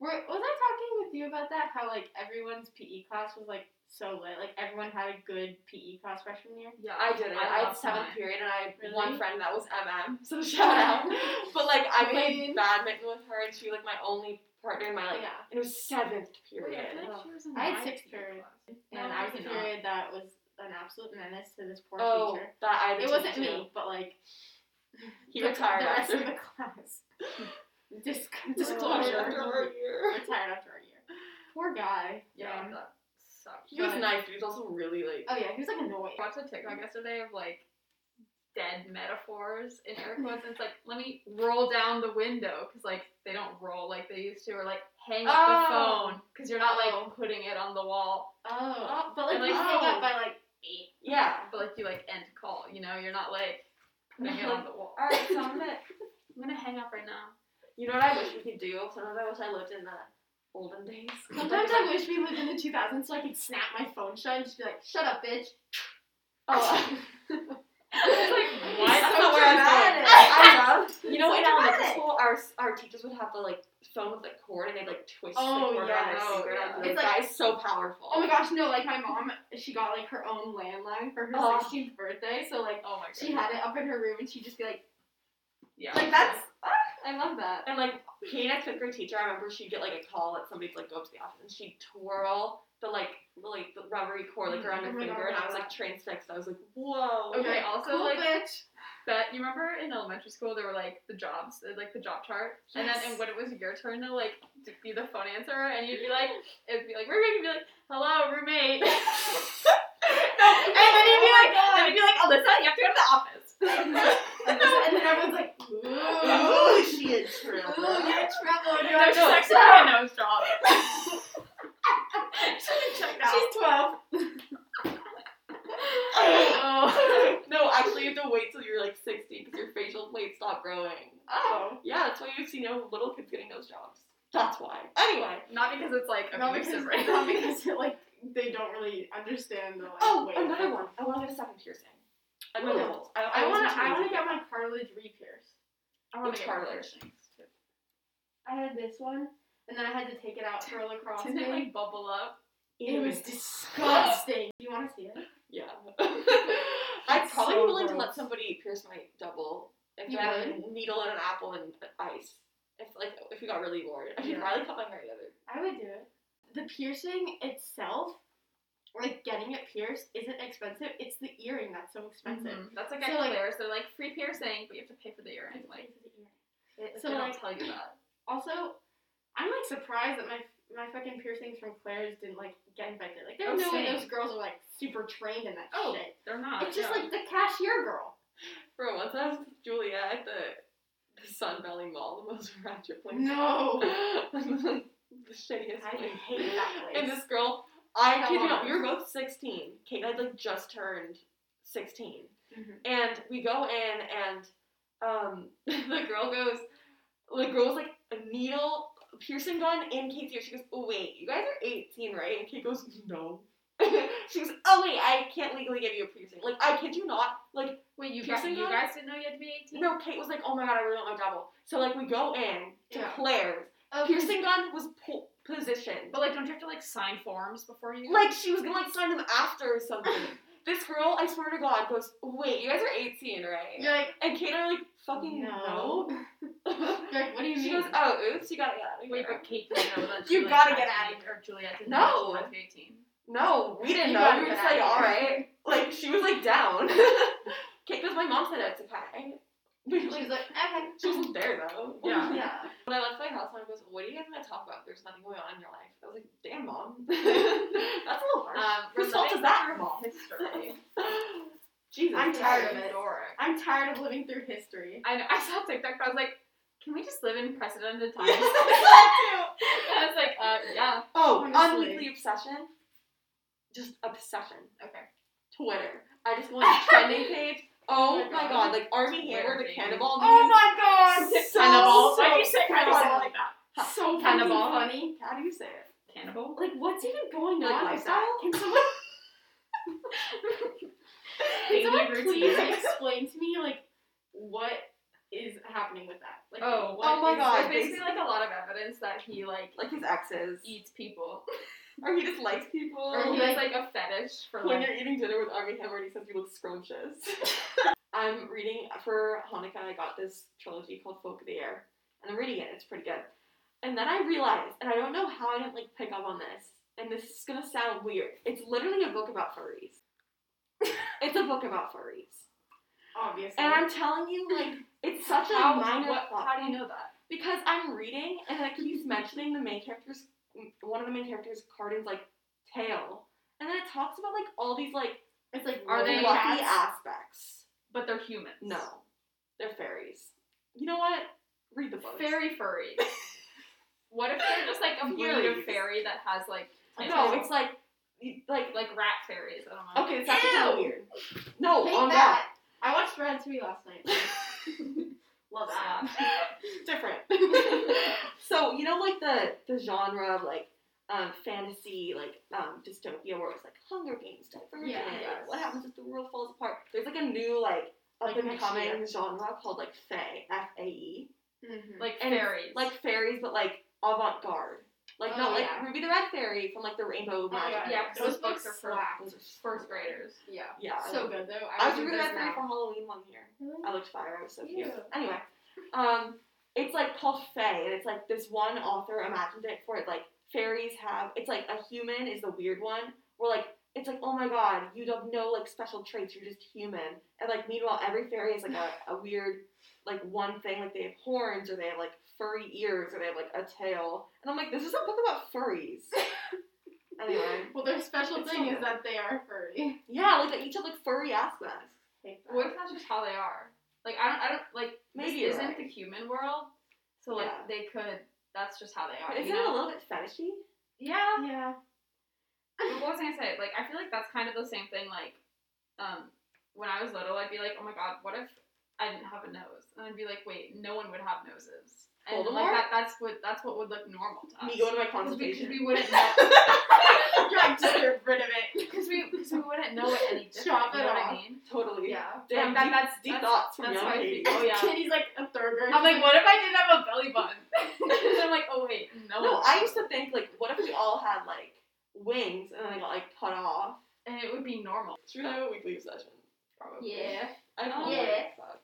C: Were, was I talking with you about that? How like everyone's PE class was like so lit. Like everyone had a good PE class freshman year.
B: Yeah,
A: I didn't. I, had
B: love
A: seventh
B: mine.
A: period, and I had
C: Really?
A: one friend that was MM. So shout out. But like, I played
C: Queen.
A: badminton with her, and she was like my only partner in my like.
C: Yeah.
A: And it was seventh
B: Wait,
A: period.
B: I feel like she was in
C: I had
B: my
C: sixth
B: PE
C: period.
B: class.
C: And
B: No,
C: I was
B: maybe not.
C: a Oh, period that was an absolute menace to this poor
A: oh,
C: teacher.
A: that I. had a
C: It wasn't
A: teacher.
C: me, but like
A: He
C: the,
A: retired
C: the rest
A: after.
C: of the class. Dis-
A: Disclosure
C: disclosure.
A: after our year.
C: retired after our year. Poor guy.
B: Yeah,
C: Um,
B: that sucked.
A: He was
B: But-
A: nice, but he was also really like.
C: Oh yeah, he was like annoyed.
B: I watched a TikTok yesterday of like dead metaphors in air quotes. and It's like let me roll down the window because like they don't roll like they used to, or like hang up
A: Oh.
B: the phone because you're not
C: Oh.
B: like putting it on the wall,
C: Oh, but like,
B: And,
C: we
B: like,
C: hang
A: oh.
C: up by like eight.
A: Yeah.
B: but like you like end call. You know, you're not like putting it
A: Like,
B: on the wall.
A: All right, so I'm gonna.
B: I'm gonna hang up right now.
A: You know what I wish we could do? Sometimes I wish I lived in the olden days.
C: Sometimes I wish we lived in the 2000s so I could snap my phone shut and just be like, "Shut up, bitch."
A: Oh.
B: It's like what?
A: That's
C: So
A: not where I was going.
C: dramatic.
A: I love. You know,
C: So
A: in elementary
C: dramatic.
A: school, our our teachers would have the like phone with the cord, and they'd like twist
C: Oh,
A: the cord around
C: yes.
A: their finger.
B: Oh,
A: and I'd be
C: yeah.
A: like,
C: It's
A: that is so powerful.
C: Oh my gosh, no! Like my mom, she got like her own landline for her
A: Oh.
C: 16th birthday, so like
B: Oh my god.
C: she had it up in her room and she'd just be like,
B: Yeah.
C: like that's. ah, I love that.
A: And like being a fifth grade teacher, I remember she'd get like a call that somebody'd like go up to the office, and she'd twirl the like the, like the rubbery cord like around her
C: Oh my God,
A: finger, and I was like
C: that.
A: transfixed. I was like, whoa.
B: Okay, also,
C: cool
B: like-
C: bitch.
B: But you remember in elementary school there were like the jobs, uh, like the job chart, and then
C: Yes.
B: and when it was your turn to like to be the phone answerer, and you'd be like, it'd be like roommate, you'd be like, hello roommate, and
C: And
B: then
C: then
B: you'd
C: you'd
B: be
C: be
B: like, then you'd be like, Alyssa, you have to go to the office.
C: And, this- and then everyone's like, ooh,
A: Ooh, Oh, she is true.
C: ooh, "Oh, you're in trouble. And you're
B: no,
C: like,
B: she's
C: no,
B: actually doing a nose job.
C: check that
A: weight stopped growing.
B: Oh.
A: Yeah, that's why you see no little kids getting those jobs. That's why. Anyway.
B: Not because it's like
C: Not because,
B: abusive, right?
C: not because like they don't really understand the like.
A: Oh,
C: weight.
A: another one. I want to get a second piercing. I'm
C: Ooh.
A: adult. I,
C: I
A: want
C: want to. I want to get my cartilage repierced.
B: I wanna
A: Which
B: get
A: part of
B: rid
A: it?
B: of things, too.
C: I had this one, and then I had to take it out for a lacrosse
B: Didn't it
C: game.
B: like bubble up?
C: It was disgusting. you want to see it?
A: Yeah. I'd
C: It's
A: probably
C: so
A: be willing to let
C: gross.
A: somebody pierce my double if
C: You
A: I had a needle and an apple and ice. If like if we got really bored, I mean,
C: Yeah.
A: Riley cut my hair the other.
C: I would do it. The piercing itself, like getting it pierced, isn't expensive. It's the earring that's so expensive.
B: That's like
C: So,
B: at
C: like-
B: Claire's. They're like free piercing, but you have to pay for the
C: I have
B: earring.
C: to pay
B: Like,
C: for the
B: they,
C: earring. So,
B: they don't
C: like-
B: tell you that.
C: Also, I'm like surprised that my my fucking piercings from Claire's didn't like get infected. Like
B: Oh,
C: there's no way
B: same.
C: those girls are like super trained in that
B: Oh,
C: shit.
B: they're not.
C: It's just
B: yeah.
C: like the cashier girl.
A: Bro, once I was with Julia at the the Sun Valley Mall, the most ratchet place.
C: No,
A: the shittiest
C: I
A: place.
C: hate that place.
A: And this girl, I
C: How
A: kid you
C: old?
A: not, we were both 16. Kate had like just turned 16.
C: Mhm.
A: And we go in, and um, the girl goes, the girl was like a needle piercing gun in Kate's ear. She goes, oh, wait, you guys are 18, right? And Kate goes, no. she goes, oh, wait, I can't legally give you a piercing. Like, I kid you not, like,
B: wait, you guys,
A: piercing
B: you
A: on-
B: guys didn't know you had to be eighteen.
A: no, Kate was like, oh my god, I really want my double. So, like, we go in to
C: Yeah.
A: Claire's.
C: Oh,
A: Piercing gun was po- positioned.
B: But like, don't you have to like sign forms before you?
A: Like she was gonna like sign them after or something. this girl, I swear to God, goes, "Wait, you guys are 18, right?"
C: You're like,
A: And Kate and I are like, "Fucking
C: No.
A: no."
C: you're like, what do you
A: she
C: mean?
A: goes, "Oh, oops, you gotta get out of here."
B: wait, but Kate didn't know that.
A: You
B: Juliet
A: gotta
B: had
A: get
B: to
A: out of
B: be- Or Juliet didn't
A: No.
B: know she had to be eighteen.
A: no, we didn't
C: You
A: know.
C: gotta
A: We were
C: get
A: just
C: out
A: like,
C: of
A: "All
C: here."
A: right." Like she was like down. Kate goes, "My mom said it's okay." But,
C: She's like, okay.
A: she wasn't there though.
B: Yeah.
C: yeah.
A: When I left my house, mom goes, "What are you guys gonna talk about? There's nothing going on in your life." I was like, "Damn, mom, that's a little harsh."
B: Um, we're
A: Whose fault
B: living
A: is that,
B: through
A: mom?
B: History.
A: Jesus,
C: I'm tired of it.
B: Historic.
C: I'm tired of living through history.
B: I know. I saw TikTok, but I was like, can we just live in precedented
A: That
B: times?
A: too.
B: I was like, uh, yeah,
A: Oh,
C: Honestly.
A: unweekly obsession. Just obsession.
B: okay.
A: Twitter. I just go on the trending page. Oh my god, like Army Hammer, the
B: Twitter,
A: cannonball.
C: Oh
A: memes.
C: my god!
A: So-
B: cannibal.
A: so
B: Why'd you say cannibal
A: funny.
B: like that?
C: So fucking
B: Cannibal.
C: funny.
A: How do you say it?
B: Cannibal.
C: Like, what's even going
A: Like
C: on with
A: lifestyle?
C: that? Can someone, can
B: Daily
C: someone please
B: routine.
C: explain to me, like, what is happening with that? Like,
B: Oh,
C: what
A: oh my
C: is-
A: God.
B: There's basically like a lot of evidence that he like
A: Like his exes.
B: eats people,
A: Or he just likes people.
B: or
C: Or
B: he
C: he,
B: has like a fetish for
A: Oh when
B: like.
A: you're eating dinner with Army Hammer and he says you look scrumptious. I'm reading for Hanukkah. I got this trilogy called Folk of the Air, and I'm reading it. It's pretty good. And then I realized, and I don't know how I didn't like pick up on this. And this is gonna sound weird. It's literally a book about furries. it's a book about furries,
C: Obviously.
A: and I'm telling you, like, it's such a
B: How,
A: minor
B: what,
A: plot
B: how do you
A: point
B: know that?
A: because I'm reading and it keeps mentioning the main character's one of the main characters, Cardin's like tail, and then it talks about like all these like
C: it's like,
B: Are they
A: lucky
C: cats?
A: aspects.
B: But they're humans.
A: No, they're fairies. You know what? Read the book.
B: Fairy furries. what if they're just like a breed of
A: Furries.
B: fairy that has like
A: No, it's like, like,
B: like rat fairies. I don't know.
A: okay, it's not kind of
C: Ew.
A: weird. No,
C: Hate
A: on that.
C: that. Oh, I watched Red 3 last night. Love
B: Uh,
C: that.
A: different. so you know, like the the genre of like um, fantasy, like um, dystopia, where it's like Hunger Games, Divergent,
C: Yeah.
A: what happens if the world falls apart? There's like a new like
C: Like
A: up and coming
C: next
A: genre called like fae, F A E,
C: Mhm.
B: like
A: And it's
B: fairies.
A: like fairies, but like avant garde. Like
C: Oh,
A: not like
C: yeah. Oh,
A: Ruby the Red Fairy from like the Rainbow Magic.
C: yeah,
B: yeah, 'cause
C: those
B: those books
C: books
B: are
C: slap.
B: for
A: Those are so
B: first
A: good.
B: graders.
C: Yeah.
A: Yeah, I
C: So
A: love-
C: good, though.
A: I
C: I,
A: was
C: would
A: Ruby the
C: do those
A: Red Fairy for
C: now.
A: Halloween one year. I looked fire. I was so cute.
C: Ew.
A: Anyway, um, it's like called Fae, and it's like this one author imagined it for it. Like fairies have, it's like a human is the weird one. Where like it's like oh my god, you don't know like special traits. You're just human. And like meanwhile, every fairy is like a, a weird like one thing. Like they have horns, or they have like furry ears, or they have like a tail. And I'm like, this is a book about furries. anyway,
C: Well, their special
A: It's
C: thing
A: so
C: is
A: good.
C: that they are furry.
A: yeah, like they each have like furry aspects.
B: What if that's just how they are? Like I don't, I don't like.
A: Maybe
B: this
A: you're
B: isn't
A: right.
B: the human world, so like
A: Yeah.
B: they could. That's just how they
A: But
B: are.
A: isn't
B: Uh, you
A: it a
B: know?
A: little bit fetishy?
B: yeah.
C: Yeah.
B: But what was I gonna say? Like, I feel like that's kind of the same thing. Like, um, when I was little, I'd be like, oh my god, what if I didn't have a nose? And I'd be like, wait, no one would have noses. And like
A: Voldemort?
B: that, that's what that's what would look normal to us.
A: Me going to my
B: Because we,
A: consultation.
B: 'cause we wouldn't know
C: You're like, just get rid of it.
B: because we, cause we wouldn't know it any different.
C: Chop
B: you
C: it
B: know what
C: off.
B: I mean?
A: Totally.
B: Yeah.
A: Damn,
B: Like,
A: that,
B: deep-
A: that's deep thoughts from
B: that's
A: young
B: how I
A: Katie.
B: feel.
A: Oh yeah.
C: Katie's like a third grader.
B: I'm like, what if I didn't have a belly button? and I'm like, oh wait, no.
A: No, I used to think like, what if we all had like wings and then I got like cut off?
B: and it would be normal.
A: Should we have a weekly session? Probably.
C: yeah.
A: I don't know.
C: Yeah.
A: like, fuck.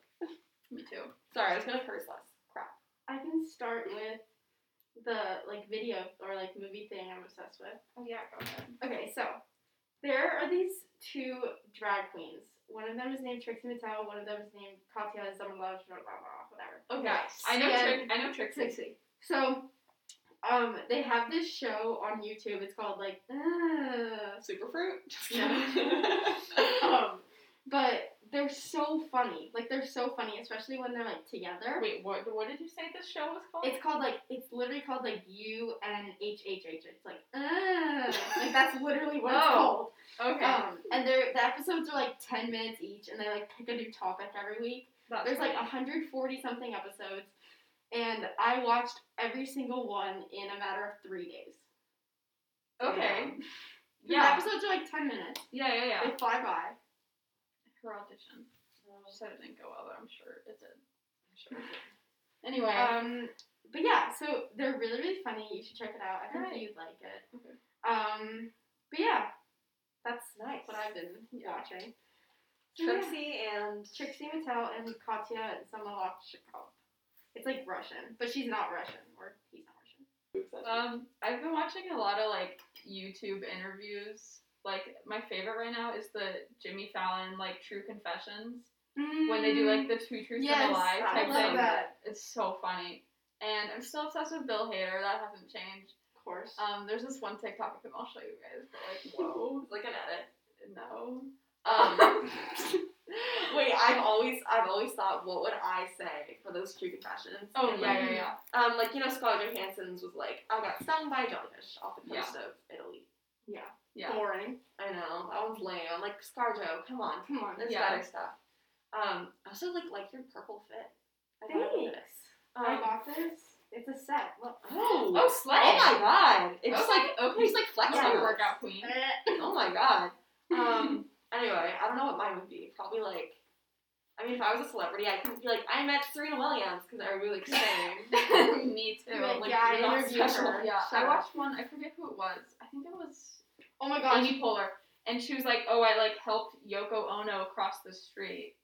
B: Me too.
A: Sorry, I was gonna curse less. Crap.
C: I can start with the like video or like movie thing I'm obsessed with.
B: Oh yeah, go ahead.
C: Okay, so there are these two drag queens. One of them is named Trixie Mattel. One of them is named Katya Zamolov. Blah blah blah. Whatever.
B: Okay.
A: Yes.
B: I know
C: Yeah.
B: trick I know tricks.
C: So, um, they have this show on YouTube. It's called like, uh,
A: Super fruit. Just
C: No.
A: kidding.
C: um, but they're so funny. Like they're so funny, especially when they're like together.
B: Wait, what what did you say this show was called?
C: It's called like it's literally called like U N H H H. It's like uh, like that's literally what it's
B: Oh,
C: called.
B: Okay.
C: Um, and they're the episodes are like ten minutes each, and they like pick a new topic every week.
B: That's
C: There's like
B: funny.
C: 140 something episodes, and I watched every single one in a matter of three days.
B: Okay.
C: The
B: Yeah.
C: episodes are like 10 minutes.
B: Yeah, yeah, yeah.
C: They fly by.
B: Her audition. She said it didn't go well, but I'm sure it did. I'm sure it did. Anyway.
C: Um, but yeah, so they're really really funny. You should check it out. I think
B: Alright.
C: you'd like it.
B: Okay.
C: Um, but yeah, that's
A: nice. Oh,
C: what I've been
B: Yeah.
C: watching. Trixie,
A: Trixie and
C: Trixie Mattel and Katya Zamolotchikov. It's like Russian, but she's not Russian, or he's not Russian.
B: Um, I've been watching a lot of like YouTube interviews. Like my favorite right now is the Jimmy Fallon like True Confessions when they do like the two truths
C: Mm. Yes,
B: and a lie
C: I
B: type
A: love
B: thing.
C: that.
B: It's so funny. And I'm still obsessed with Bill Hader. That hasn't changed.
C: Of course.
B: Um, there's this one TikTok that I'll show you guys, but like, whoa,
A: Looking at it.
B: no.
A: Um, wait, I've always, I've always thought, what would I say for those true confessions?
B: Oh
A: And,
B: yeah,
A: like,
B: yeah, yeah.
A: Um, like you know, Scarlett Johansson's was like, I got stung by a jellyfish off the coast of Italy.
B: Yeah.
C: Boring.
A: I know that one's lame. I'm like ScarJo, come on,
C: Come on.
A: there's
B: Yeah.
A: better stuff. Um, I also like like your purple fit. I thought I loved it.
C: I
A: Um,
C: bought this. It's a set. Look.
A: oh,
B: Oh slay.
A: oh my god! It's
B: It's
A: just like
B: like okay,
A: he's like flexing.
C: Yeah.
B: yeah. workout queen.
A: Oh my god. Um. anyway, I don't know what mine would be. Probably like, I mean, if I was a celebrity, I could be like, I met Serena Williams because I really like same.
B: Me too.
C: You're
A: like,
C: yeah, I
A: not
C: interviewed
A: special.
C: her.
B: Yeah,
C: Shut
B: I
C: up.
B: watched one. I forget who it was. I think it was
C: Oh my gosh.
B: Amy Poehler, and she was like, "Oh, I like helped Yoko Ono across the street,"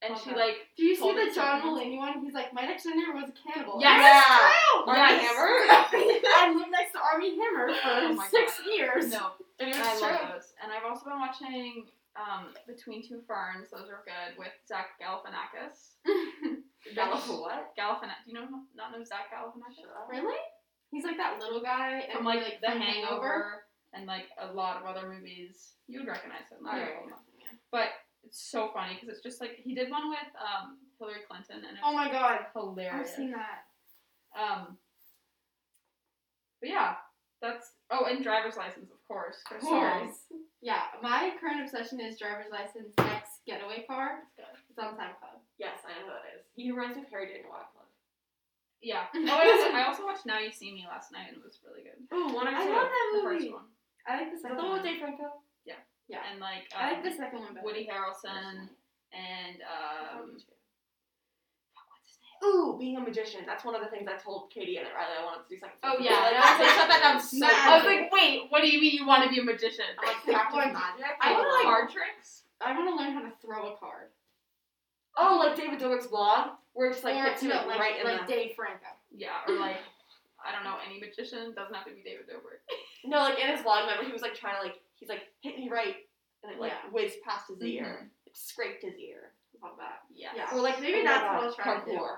B: and she
A: Okay.
B: like,
C: Do you see
B: Told
C: the
B: it
C: John
B: to me.
C: Mulaney one? He's like, my next door neighbor was a cannibal.
B: Yes!
C: That's true!
A: Army
B: Yes.
A: Hammer.
C: I lived next to Army Hammer
B: Oh
C: for
B: my
C: six
B: God.
C: years.
B: "No,
A: I mean,
B: and I
A: it's true.
B: love those." And I've also been watching um, Between Two Ferns. Those are good with Zach Galifianakis.
A: Gallif-
B: Mm.
A: what?
B: Galifianakis. Do you know not know Zach Galifianakis?
C: really? He's like that little guy and
B: From like The
C: from
B: Hangover, and like a lot of other movies. You would recognize him.
A: Alright.
B: Yeah. But it's so funny because it's just like he did one with um, Hillary Clinton, and it's
C: Oh my god, I've
B: hilarious.
C: seen that.
B: Um, but yeah, that's oh, and driver's license, of course.
C: Of
B: Chris
C: course. Yeah, my current obsession is driver's license X getaway car.
B: Sanders.
C: It's on SoundCloud.
A: Yes, I know who that is. He reminds me of Harry Dayton Wycliffe.
B: Yeah. Oh, I also, I also watched Now You See Me last night, and it was really good.
A: Ooh, one or two.
C: I love
B: The
C: that
B: first
C: movie.
B: one,
C: I like the
A: Is that
C: second
A: the one with
C: one.
A: Dave Franco?
C: Yeah.
B: and like um,
C: I like the second one better.
B: Woody
C: First
B: Harrelson and um,
A: Ooh, being a magician. That's one of the things I told Katie and Riley I wanted to do something.
B: Oh,
A: special.
B: yeah.
A: Like, I was like, shut that down. So
C: Nah.
B: I was
A: quick.
B: like, wait, what do you mean you want to be a magician?
A: I'm like, practice
C: One.
A: magic.
B: I
C: I
B: do
C: wanna,
B: like
C: like-
B: card tricks.
C: I want to learn how to throw a card.
A: Oh, like David Dobrik's blog, where it's like
C: or,
A: it's
C: no,
A: like,
C: like,
A: right in
C: like
A: the
C: Dave Franco.
B: Yeah, or like I don't know any magician doesn't have to be David Dobrik.
A: no, like in his blog. Remember, he was like trying to like he's like hit me right, and it like
C: Yeah.
A: whizzed past his ear, like, scraped his ear.
C: Love that.
B: Yes.
C: Yeah.
A: Or like
C: Maybe
A: oh my
C: that's
A: God,
C: what I'll try to do.
A: parkour.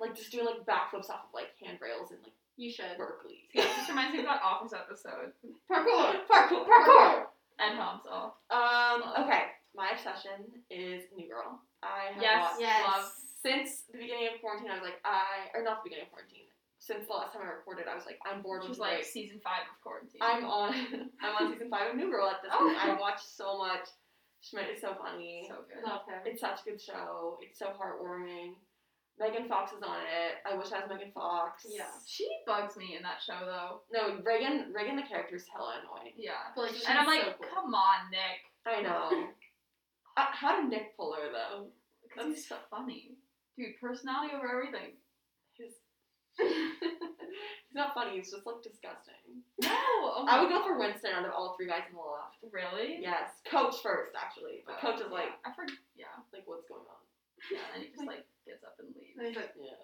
A: like just doing like backflips off of like handrails in like
C: You should.
A: Berkeley.
B: It just reminds me of that Office episode
C: Parkour.
A: parkour,
C: Parkour.
B: and Himself.
A: Um. Okay, my obsession is New Girl. I have
B: Yes.
A: watched
C: Yes.
B: Love.
A: since the beginning of quarantine. I was like, I or not the beginning of quarantine. Since the last time I recorded, I was like, I'm bored.
B: Which
A: with
B: was like
A: break.
B: season five of quarantine.
A: I'm on I'm on season five of New Girl at this point. I watched so much. Schmidt is Oh. so funny.
B: So good.
C: Love him.
A: It's such a good show. It's so heartwarming. Megan Fox is on it. I wish I was Megan Fox.
C: Yeah.
B: She bugs me in that show though.
A: No, Reagan. Reagan, the character is hella annoying.
B: Yeah.
C: But, like, she's
B: and I'm like,
C: so cool.
B: come on, Nick.
A: I know. uh, how did Nick pull her though?
B: Because he's so funny. Dude, personality over everything.
A: He's he's not funny. He's just like disgusting.
B: No. Oh
A: I would go for Winston out of all three guys in the loft.
B: Really?
A: Yes, Coach first actually, but
B: Oh,
A: Coach is
B: yeah.
A: like,
B: I forget. Yeah.
A: like what's going on?
B: Yeah. And he just like gets up and leaves.
C: And he's like,
A: Yeah.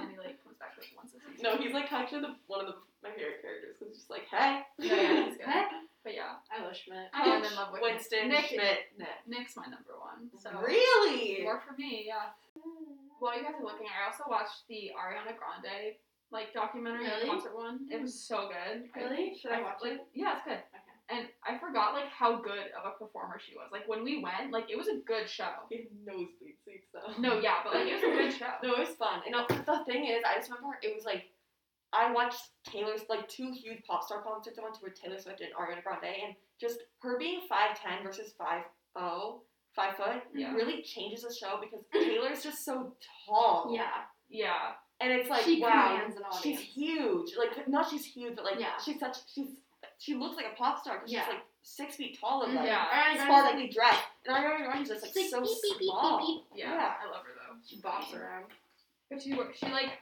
B: and he like comes back like once a season.
A: no, he's like actually the, one of the, my favorite characters because he's just like, hey,
B: Yeah, yeah, he's good.
C: "Huh?"
B: But yeah,
C: I love Schmidt.
B: I am in love with
A: Winston
B: Nick.
A: Schmidt. Nick.
B: Nick's my number one. So
A: really?
B: more for me, yeah.
A: Mm.
B: While you guys are looking, I also watched the Ariana Grande like documentary and
C: Really?
B: concert one. It was so good. I-
C: Really? Should I watch
B: like,
C: it?
B: Yeah, it's good.
C: Okay.
B: And I forgot like how good of a performer she was. Like when we went, like it was a good show.
A: He had nosebleed seats though.
B: No, yeah, but like it was a good show.
A: No, it was fun. And uh, the thing is, I just remember it was like I watched Taylor's like two huge pop star concerts. I went to with Taylor Swift and Ariana Grande, and just her being five ten versus five oh, five foot
B: Yeah.
A: really changes the show because Taylor's just so tall.
C: Yeah.
B: Yeah.
A: and it's like
C: She
A: wow,
C: commands an
A: she's
C: audience.
A: huge. Like not she's huge, but like
C: Yeah.
A: she's such she's she looks like a pop star because
C: Yeah.
A: she's like six feet tall
C: Mm-hmm.
A: and like
B: Yeah.
C: Ariana Grande's
A: sparkly dress, and Ariana Grande's just like,
C: She's
A: so
C: like, beep, beep, beep,
A: small.
C: beep,
B: Yeah.
A: Yeah.
B: I love her though.
C: She bops around.
B: But she she like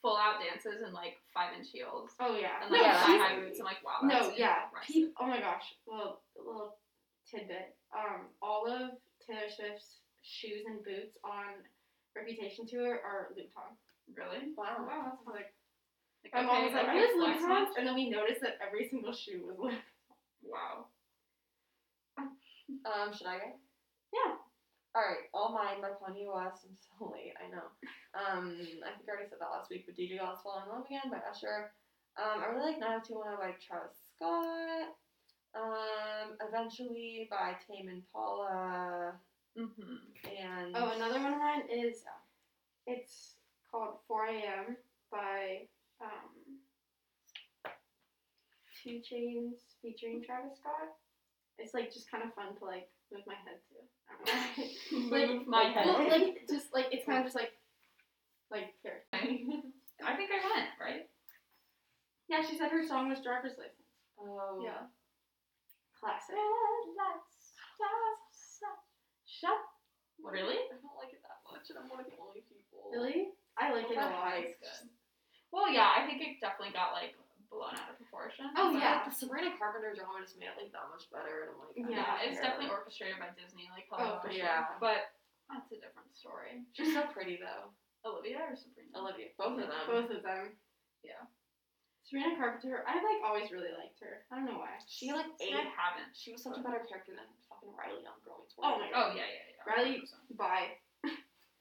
B: full out dances in like five inch heels.
C: Oh yeah.
B: And
A: No,
B: like
A: she's-
B: high boots. I'm like, wow, that's
C: No, yeah.
B: impressive.
C: Peop- oh my gosh. Well, little tidbit. Um, all of Taylor Swift's shoes and boots on Reputation tour are Louboutin.
B: Really?
A: Wow.
B: Wow, that's
C: Like,
B: Like,
C: my mom
B: okay,
C: was like,
B: alright,
C: "Where's
B: flex on-
C: Louboutin?" And then we noticed that every single shoe was Louboutin.
B: Wow.
A: Um, should I go?
C: Yeah.
A: All right. All mine by Kanye West. I'm so late. I know. Um, I think I already said that last week, but DJ God's Fall in Love Again by Usher. Um, I really like 90210 by Travis Scott. Um, Eventually by Tame Impala.
B: Mm-hmm.
A: And
C: Oh, another one of mine is it's called 4 a.m. by um, Two Chains featuring Travis Scott. It's like just kind of fun to like move my head to. I don't know.
B: Move my
A: okay.
B: head.
C: well, like just like it's kind of just like like here.
B: I think I went, right?
C: Yeah, she said her song was Driver's License.
A: Oh.
B: Yeah.
C: Classic.
B: Shut. Really?
A: I don't like it that much, and I'm one of the only people.
C: Really? I like it a
A: That
C: lot.
A: high.
B: It's good. Well, yeah, I think it definitely got like blown out of proportion.
C: Oh,
A: But,
B: but-
C: yeah.
A: like, the Sabrina Carpenter drama just made it like that much better, and I'm like, I don't
B: Yeah, it's
A: care.
B: definitely orchestrated by Disney, like
C: Oh,
A: sure.
B: Hollywood.
A: Yeah.
B: But that's a different story.
A: She's so pretty though.
B: Olivia or Sabrina?
A: Olivia, both of them.
C: Both of them.
B: Yeah.
C: Sabrina Carpenter, I like always really liked her. I don't know why.
A: She like
B: See,
A: ate.
B: I haven't.
A: She was such a better character than fucking Riley on Girl Meets
C: Oh
A: World.
C: my
B: Oh yeah, yeah, yeah.
C: Riley-
B: 100%.
C: Bye.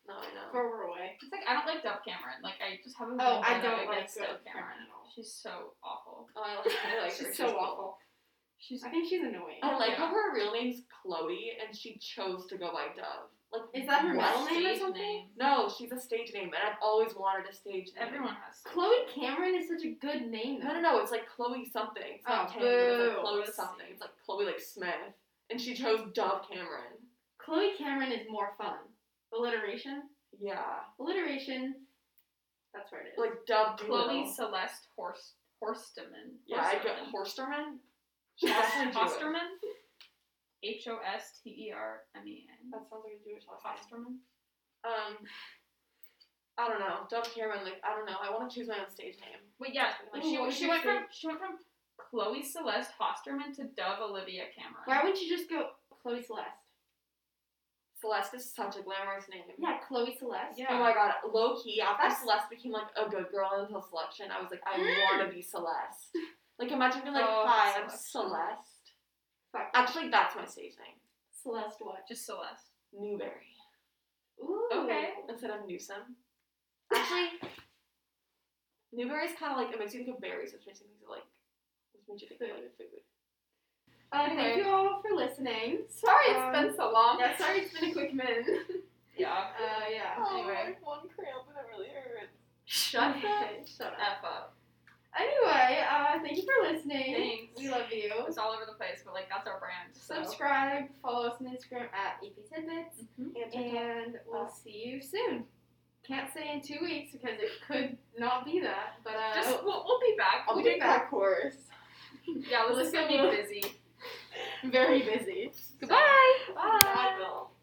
A: No, I know.
C: Throw her away.
B: It's like I don't like Dove Cameron. Like I just have a
C: Oh, I
B: vendetta
C: don't like
B: against
C: Dove
B: Dove Cameron.
C: Cameron at all.
B: She's so awful.
A: Oh, I like, I like her.
C: She's so
A: cool.
C: awful.
B: She's
C: I think she's Oh, annoying.
A: I like
B: Yeah.
A: how her real name's Chloe, and she chose to go by Dove. Like,
C: Is that her
A: what?
C: middle name or
B: Stage
C: something?
B: name.
A: No, she's a stage name, and I've always wanted a stage name.
B: Everyone has. stage
C: Chloe
B: names.
C: Cameron is such a good name though.
A: No, no, no. It's like Chloe something. It's not
C: Oh,
A: Taylor, but It's
C: boo.
A: like Chloe
B: Let's
A: something.
B: see.
A: It's like Chloe like Smith, and she chose Dove Cameron.
C: Chloe Cameron is more fun. Alliteration?
A: Yeah,
C: Alliteration. That's where it is.
A: like Dove
B: Chloe
A: Doolittle.
B: Celeste Horst Horsterman.
A: Yeah, I go
B: Horsterman.
A: Horsterman. She's definitely Jewish.
B: Hosterman. H O S T E R M E N.
A: That sounds like a Jewish last name.
B: Hosterman.
A: Um, I don't know. Dove Cameron, like, I don't know. I want to choose my own stage name.
B: Wait, yeah.
A: Like,
B: she
C: what was
B: she
C: your
B: went
C: stage-
B: from she went from Chloe Celeste Hosterman to Dove Olivia Cameron.
C: Why wouldn't you just go Chloe Celeste?
A: Celeste is such a glamorous name.
C: Yeah, Chloe Celeste.
B: Yeah.
A: Oh my god, low key, after
C: That's-
A: Celeste became like a good girl until selection, I was like, I
C: Mm.
A: want to be Celeste. Like, imagine being like,
B: Oh,
A: hi, I'm
B: Selection.
A: Celeste.
C: Fuck.
A: Actually, that's my stage name.
C: Celeste what?
B: Just Celeste.
A: Newberry.
C: Ooh.
B: Okay.
A: Instead of Newsome. Actually, Newberry's kind of like, it makes you think of berries, which makes you think of like, which makes you think of like food.
C: Uh,
B: Okay.
C: Thank you all for listening.
B: Sorry,
C: it's been
B: so long.
C: Um, Yeah, sorry it's been a quick minute.
B: Yeah.
C: Uh, yeah. anyway.
A: one cramp and it really hurts.
B: Shut the
C: Shut up.
B: f up.
C: Anyway, uh, thank you for listening.
B: Thanks.
C: We love you.
B: It's all over the place, but like that's our brand. So.
C: Subscribe, follow us on you soon. Can't say in two weeks because it could not be that. But uh,
B: Just we'll, we'll be back.
C: I'll
B: we'll
C: be back course.
B: Yeah, Lily's gonna be busy.
C: Very busy.
B: Goodbye.
A: Bye. Bye. Will.